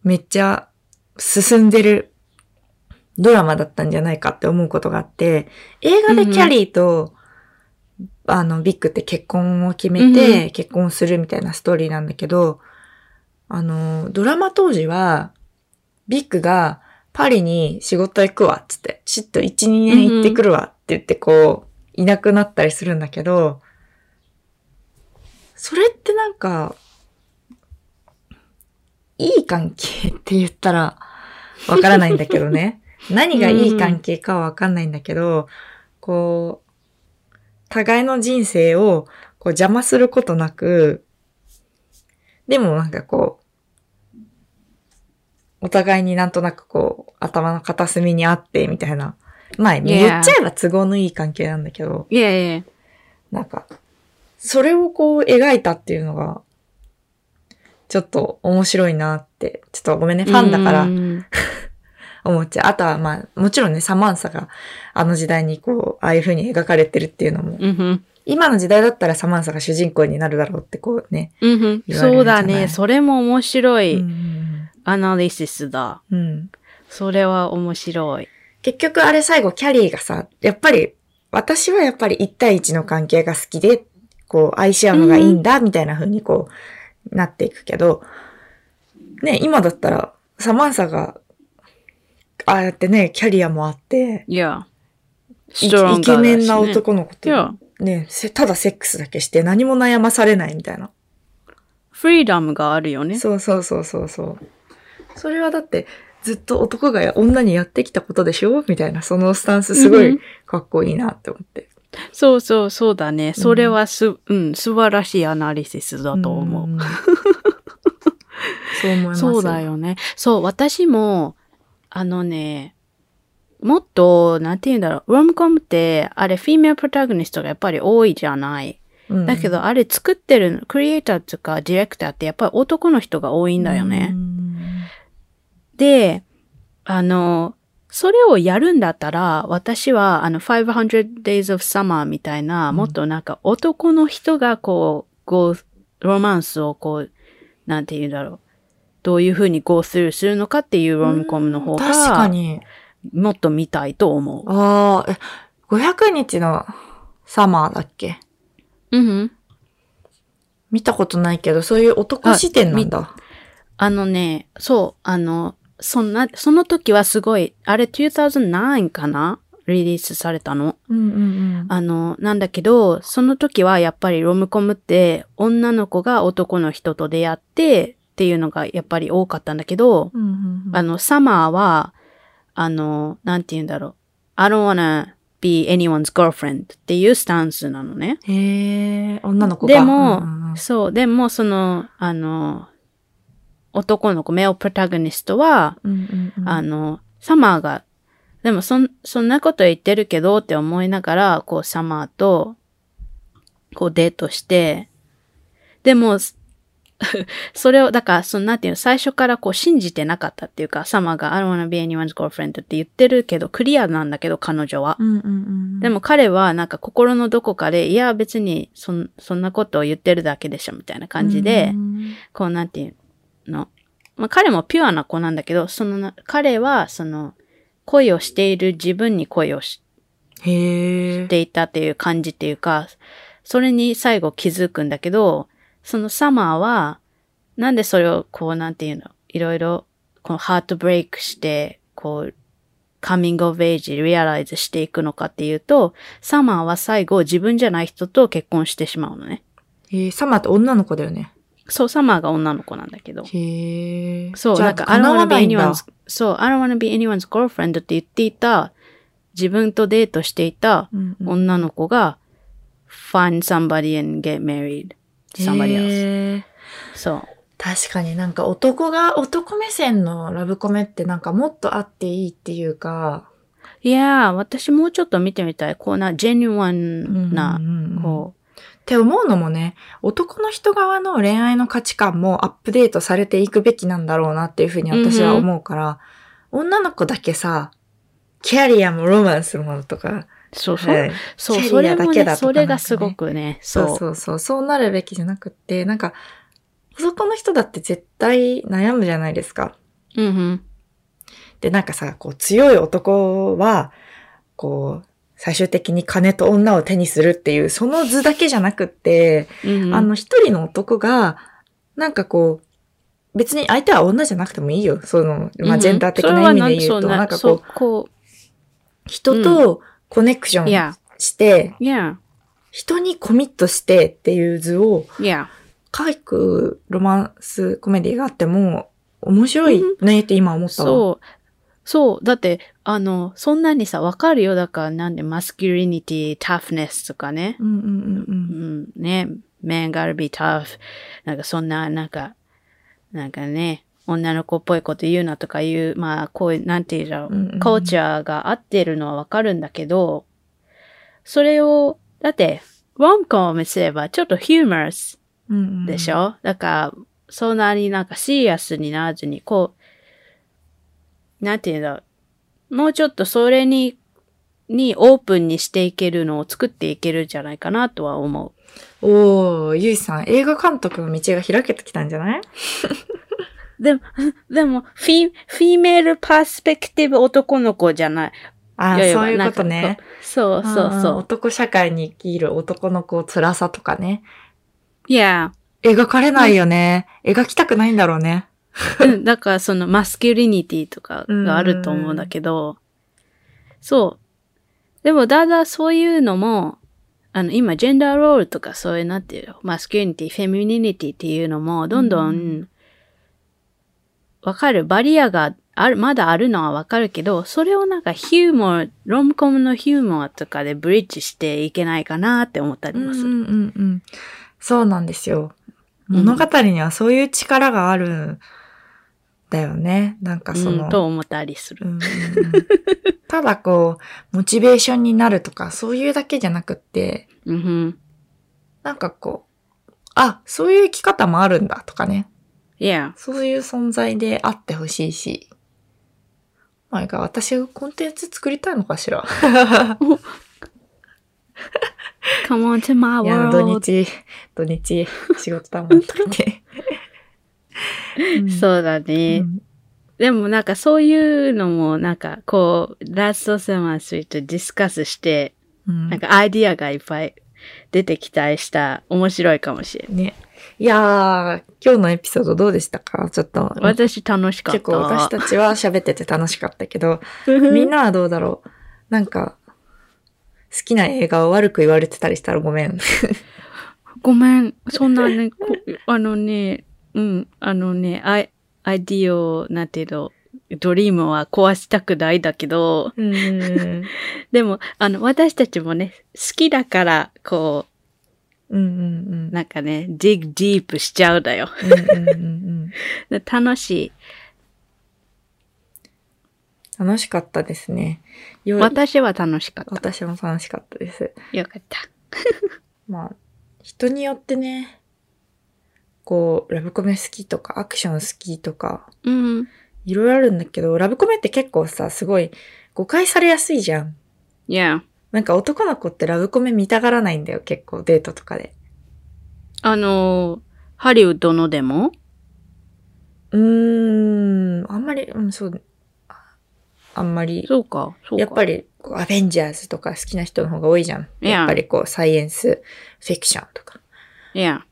Speaker 2: めっちゃ進んでるドラマだったんじゃないかって思うことがあって、映画でキャリーと、あの、ビッグって結婚を決め
Speaker 1: うんうん
Speaker 2: て、結婚するみたいなストーリーなんだけど、あの、ドラマ当時は、ビッグがパリに仕事行くわっつって、ちょっと1、2年行ってくるわって言ってこう、いなくなったりするんだけど、それってなんか、いい関係って言ったらわからないんだけど ね。何がいい関係かはわかんないんだけど、こう、互いの人生をこう邪魔することなく、でもなんかこう、お互いになんとなくこう、頭の片隅にあって、みたいな。まあ、言っちゃえば都合のいい関係なんだけど、
Speaker 1: いやいや。
Speaker 2: なんか、それをこう描いたっていうのが、ちょっと面白いなって、ちょっとごめんね、ファンだから
Speaker 1: うん
Speaker 2: 思っちゃう。あとはまあ、もちろんね、サマンサがあの時代にこう、ああいう風に描かれてるっていうのも、
Speaker 1: うんふん。
Speaker 2: 今の時代だったらサマンサが主人公になるだろうってこうね。
Speaker 1: うんふん。
Speaker 2: 言われるんじゃない
Speaker 1: そうだね。それも面白
Speaker 2: う
Speaker 1: い
Speaker 2: ん
Speaker 1: アナリシスだ。
Speaker 2: うん、
Speaker 1: それは面白い。
Speaker 2: 結局あれ最後キャリーがさ、やっぱり、私はやっぱり1対1の関係が好きで、こう愛し合うのがいいんだ、みたいな風にこう、なっていくけど、ね、今だったらサマンサが、ああやってね、キャリアもあって、
Speaker 1: いや。
Speaker 2: イ
Speaker 1: ス
Speaker 2: イ
Speaker 1: トロンガ
Speaker 2: ケ
Speaker 1: ーだし
Speaker 2: メ
Speaker 1: ね
Speaker 2: ンな男の子
Speaker 1: い
Speaker 2: と、
Speaker 1: や。
Speaker 2: ね、せただセックスだけして何も悩まされないみたいな。
Speaker 1: フリーダムがあるよね。
Speaker 2: そうそうそうそうそう。それはだって、ずっと男が女にやってきたことでしょみたいな、そのスタンスすご
Speaker 1: うん
Speaker 2: いかっこいいなって思って。
Speaker 1: そうそう、そうだね。それはす、うん、素晴らしいアナリシスだと思う。
Speaker 2: ん。 そう思います。
Speaker 1: そうだ。よね。そう、私も、あのね、もっと、なんて言うんだろう、ロムコムって、あれ、フィメアプロタグニストがやっぱり多いじゃない。
Speaker 2: うん
Speaker 1: だけ、ど、あれ作ってる、クリエイターとかディレクターってやっぱり男の人が多いんだよね。
Speaker 2: うん
Speaker 1: で、あの、それをやるんだったら、私は、あの、500 Days of Summer みたいな、
Speaker 2: うん
Speaker 1: もっとなんか男の人がこう、こう、ロマンスをこう、なんて言うんだろう。どういうふうに go through するのかっていうロムコムの方が、
Speaker 2: 確かに。
Speaker 1: もっと見たいと思う。
Speaker 2: ああ、え500日のサマーだっけ
Speaker 1: うんうん。
Speaker 2: 見たことないけど、そういう男視点なんだ。
Speaker 1: あのね、そう、あの、そんな、その時はすごい、あれ2009かなリリースされたの。
Speaker 2: うんうん
Speaker 1: あの、なんだけど、その時はやっぱりロムコムって女の子が男の人と出会ってっていうのがやっぱり多かったんだけど、
Speaker 2: うんうんうん。
Speaker 1: あの、サマーは、あの、なんて言うんだろう。I don't wanna be anyone's girlfriend っていうスタンスなのね。
Speaker 2: へえ、女の子が。
Speaker 1: でも、
Speaker 2: うんうんうん
Speaker 1: そう、でもその、あの、男の子、メオプロタゴニストは、
Speaker 2: うんうんうん
Speaker 1: あの、サマーが、でもそん、そんなこと言ってるけどって思いながら、こう、サマーと、こう、デートして、でも、 すそれを、だから、その、なんていうの、最初からこう、信じてなかったっていうか、サマーが、I don't wanna be anyone's girlfriend って言ってるけど、クリアなんだけど、彼女は。
Speaker 2: うんうんうん、
Speaker 1: でも彼はなんか心のどこかで、いや別にそんそんなことを言ってるだけでしょみたいな感じで、
Speaker 2: うん
Speaker 1: こうなんていうの。まあ、彼もピュアな子なんだけど、そのな、彼は、その、恋をしている自分に恋をし
Speaker 2: へえ。
Speaker 1: ていたっていう感じっていうか、それに最後気づくんだけど、そのサマーは、なんでそれをこうなんていうの、いろいろ、こうハートブレイクして、こう、カミングオブエイジ、リアライズしていくのかっていうと、サマーは最後自分じゃない人と結婚してしまうのね。
Speaker 2: えー、サマーって女の子だよね。
Speaker 1: そう、サマーが女の子なんだけど。
Speaker 2: へえ。
Speaker 1: そう、
Speaker 2: じゃ
Speaker 1: な
Speaker 2: あ
Speaker 1: んか、I don't
Speaker 2: 叶わ
Speaker 1: wanna
Speaker 2: ない
Speaker 1: be
Speaker 2: んだ
Speaker 1: anyone's, そう、I don't wanna be anyone's girlfriend って言っていた、自分とデートしていた
Speaker 2: うんうん
Speaker 1: 女の子が、find somebody and get married to somebody else.
Speaker 2: へー
Speaker 1: そう。
Speaker 2: 確かになんか男が、男目線のラブコメってなんかもっとあっていいっていうか、
Speaker 1: いやー、私もうちょっと見てみたい。こうな、genuine な
Speaker 2: う、んうんうん
Speaker 1: こ
Speaker 2: って思うのもね、男の人側の恋愛の価値観もアップデートされていくべきなんだろうなっていうふうに私は思うから、女の子だけさ、キャリアもロマンスもとか、
Speaker 1: う、そうそう、
Speaker 2: はい
Speaker 1: そう、
Speaker 2: キ
Speaker 1: そ
Speaker 2: ャリ
Speaker 1: れ
Speaker 2: アだ
Speaker 1: も
Speaker 2: け
Speaker 1: ね、
Speaker 2: だとか
Speaker 1: それがすごくね、
Speaker 2: そう
Speaker 1: そう。
Speaker 2: そうそう、そうなるべきじゃなくって、なんか、男の人だって絶対悩むじゃないですか。
Speaker 1: うんうん。
Speaker 2: で、なんかさ、こう強い男は、こう、最終的に金と女を手にするっていう、その図だけじゃなくって、
Speaker 1: うんうん
Speaker 2: あの一人の男が、なんかこう、別に相手は女じゃなくてもいいよ。その、まあ、ジェンダー的な意味で言うと、なんかこう、、
Speaker 1: こ
Speaker 2: 人とコネクショ
Speaker 1: う、い
Speaker 2: ン
Speaker 1: や、
Speaker 2: して、
Speaker 1: いや、
Speaker 2: 人にコミットしてっていう図を、
Speaker 1: いや。
Speaker 2: かいくロマンスコメディがあっても、面白いねって今思ったわ。
Speaker 1: そう。そう。だって、あの、そんなにさ、わかるよ。だから、なんで、マスキュリニティ、タフネスとかね。
Speaker 2: うんうんう
Speaker 1: うんん、ね。man gotta be tough. なんか、そんな、なんか、なんかね、女の子っぽいこと言うなとかいう、まあ、こういう、なんていうんだろ
Speaker 2: うん。うんう
Speaker 1: う。
Speaker 2: ん
Speaker 1: カルチャーが合ってるのはわかるんだけど、それを、だって、ロムコムすれば、ちょっとヒューマース
Speaker 2: うんうん
Speaker 1: でしょ、だから、そんなになんかシリアスにならずに、こう、なんていうんだろう。もうちょっとそれに、にオープンにしていけるのを作っていけるんじゃないかなとは思。
Speaker 2: おー、ゆいさん、映画監督の道が開けてきたんじゃないう
Speaker 1: でも、でも、フィ、フィメールパースペクティブ男の子じゃない。
Speaker 2: あ
Speaker 1: い
Speaker 2: あ、
Speaker 1: やいや
Speaker 2: そういうことね。。
Speaker 1: そうそう
Speaker 2: うん
Speaker 1: そう。
Speaker 2: 男社会に生きる男の子辛さとかね。
Speaker 1: いや、
Speaker 2: 描かれないよね。描きたくないんだろうね。
Speaker 1: うんだからそのマスキュリニティとかがあると思うんだけど、そう。でもだんだんそういうのも、あの今ジェンダーロールとかそういうなっていうのマスキュリニティ、フェミニティっていうのもどんど
Speaker 2: うん
Speaker 1: わかる。バリアがある、まだあるのはわかるけど、それをなんかヒューモア、ロムコムのヒューモアとかでブリッジしていけないかなって思ったり
Speaker 2: うんう
Speaker 1: もする。
Speaker 2: んうんうん。そうなんですよ。
Speaker 1: うん
Speaker 2: 物語にはそういう力があるんだよね。なんかその。
Speaker 1: うんと思ったりす
Speaker 2: う
Speaker 1: る。
Speaker 2: んうんうんただこう、モチベーションになるとか、そういうだけじゃなくって、
Speaker 1: うんうん。
Speaker 2: なんかこう、あ、そういう生き方もあるんだとかね。
Speaker 1: Yeah.
Speaker 2: そういう存在であってほしいし。まあ、なんか私がコンテンツ作りたいのかしら。
Speaker 1: Come on to my
Speaker 2: いや、土
Speaker 1: world.
Speaker 2: 日、土日、仕 事だもんとかね。
Speaker 1: そうだね。
Speaker 2: うん
Speaker 1: でもなんかそういうのもなんかこう、ラストセマスイートディスカスして、
Speaker 2: うん
Speaker 1: なんかアイディアがいっぱい出てきたりした面白いかもしれない。
Speaker 2: ね。いやー、今日のエピソードどうでしたかちょっと。
Speaker 1: 私楽しかった。
Speaker 2: 結構私たちは喋ってて楽しかったけど、 みんなはどうだろうなんか、好きな映画を悪く言われてたりしたらごめん。
Speaker 1: ごめん、そんな ね、こあのね、うん、あのね、アイ、アイディオ、なんていうの、ドリームは壊したくないだけど、
Speaker 2: うん。
Speaker 1: でも、あの、私たちもね、好きだから、こ
Speaker 2: うんうん
Speaker 1: う、なんかね、ディグディープしちゃうだよ。
Speaker 2: うんうんうん
Speaker 1: で楽し
Speaker 2: うん。楽しかったですね。
Speaker 1: い。
Speaker 2: よ
Speaker 1: 私は楽しかっ
Speaker 2: 私も楽しかったです。
Speaker 1: た。よかった。
Speaker 2: まあ、人によってね、こう、ラブコメ好きとか、アクション好きとか、
Speaker 1: うん。
Speaker 2: いろいろあるんだけど、ラブコメって結構さ、すごい誤解されやすいじゃん。
Speaker 1: いや、
Speaker 2: なんか男の子ってラブコメ見たがらないんだよ、結構デートとかで。
Speaker 1: あの、ハリウッドのでも
Speaker 2: うーん、あんまり、うん、そう、あんまり。
Speaker 1: そうか、そうか。
Speaker 2: やっぱり、こうアベンジャーズとか好きな人の方が多いじゃん。
Speaker 1: いや
Speaker 2: やっぱりこう、サイエンス、フィクションとか。
Speaker 1: り。いや。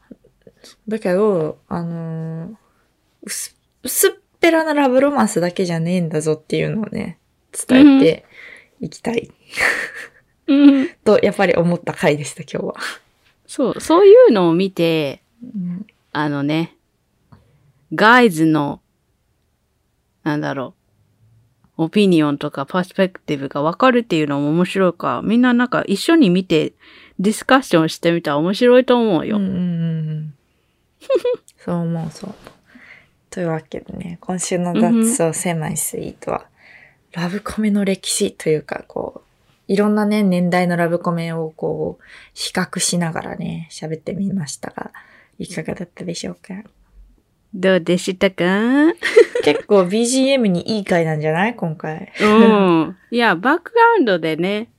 Speaker 2: だけど、あのー薄、薄っぺらなラブロマンスだけじゃねえんだぞっていうのをね、伝えていきたい、
Speaker 1: うん。
Speaker 2: と、やっぱり思った回でした、今日は。
Speaker 1: そう、そういうのを見て、あのね、ガイズの、なんだろう、オピニオンとかパースペクティブがわかるっていうのも面白いから、みんななんか一緒に見てディスカッションしてみたら面白いと思う
Speaker 2: うん
Speaker 1: よ。
Speaker 2: うんうんうん。 そう思う、そう。というわけでね、今週の
Speaker 1: うんうん
Speaker 2: 脱走狭いスイートは、ラブコメの歴史というか、こう、いろんなね、年代のラブコメをこう、比較しながらね、喋ってみましたが、いかがだったでしょうか
Speaker 1: どうでしたかう
Speaker 2: 結構 BGM にいい回なんじゃない今回。
Speaker 1: ん。いや、バックグラウンドでね、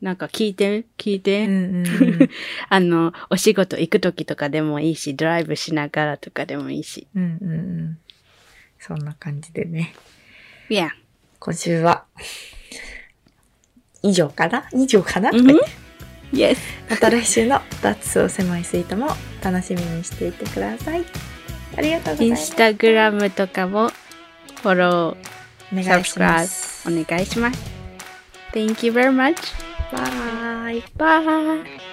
Speaker 1: なんか聞いて、聞いて、
Speaker 2: うんうんうん
Speaker 1: あの、お仕事行く時とかでもいいし、ドライブしながらとかでもいいし。
Speaker 2: うんうんうん。そんな感じでね。
Speaker 1: いや、
Speaker 2: 今週は、以上かな以上かな、
Speaker 1: うんうんイエス
Speaker 2: また来週の脱を狭いスイートも楽しみにしていてください。ありがとうござい
Speaker 1: イン
Speaker 2: ま
Speaker 1: ス
Speaker 2: す。
Speaker 1: タグラムとかもフォロ
Speaker 2: お
Speaker 1: ー、
Speaker 2: 願いします。
Speaker 1: subscribe お願いします。Thank you very much.
Speaker 2: バイ。
Speaker 1: Bye.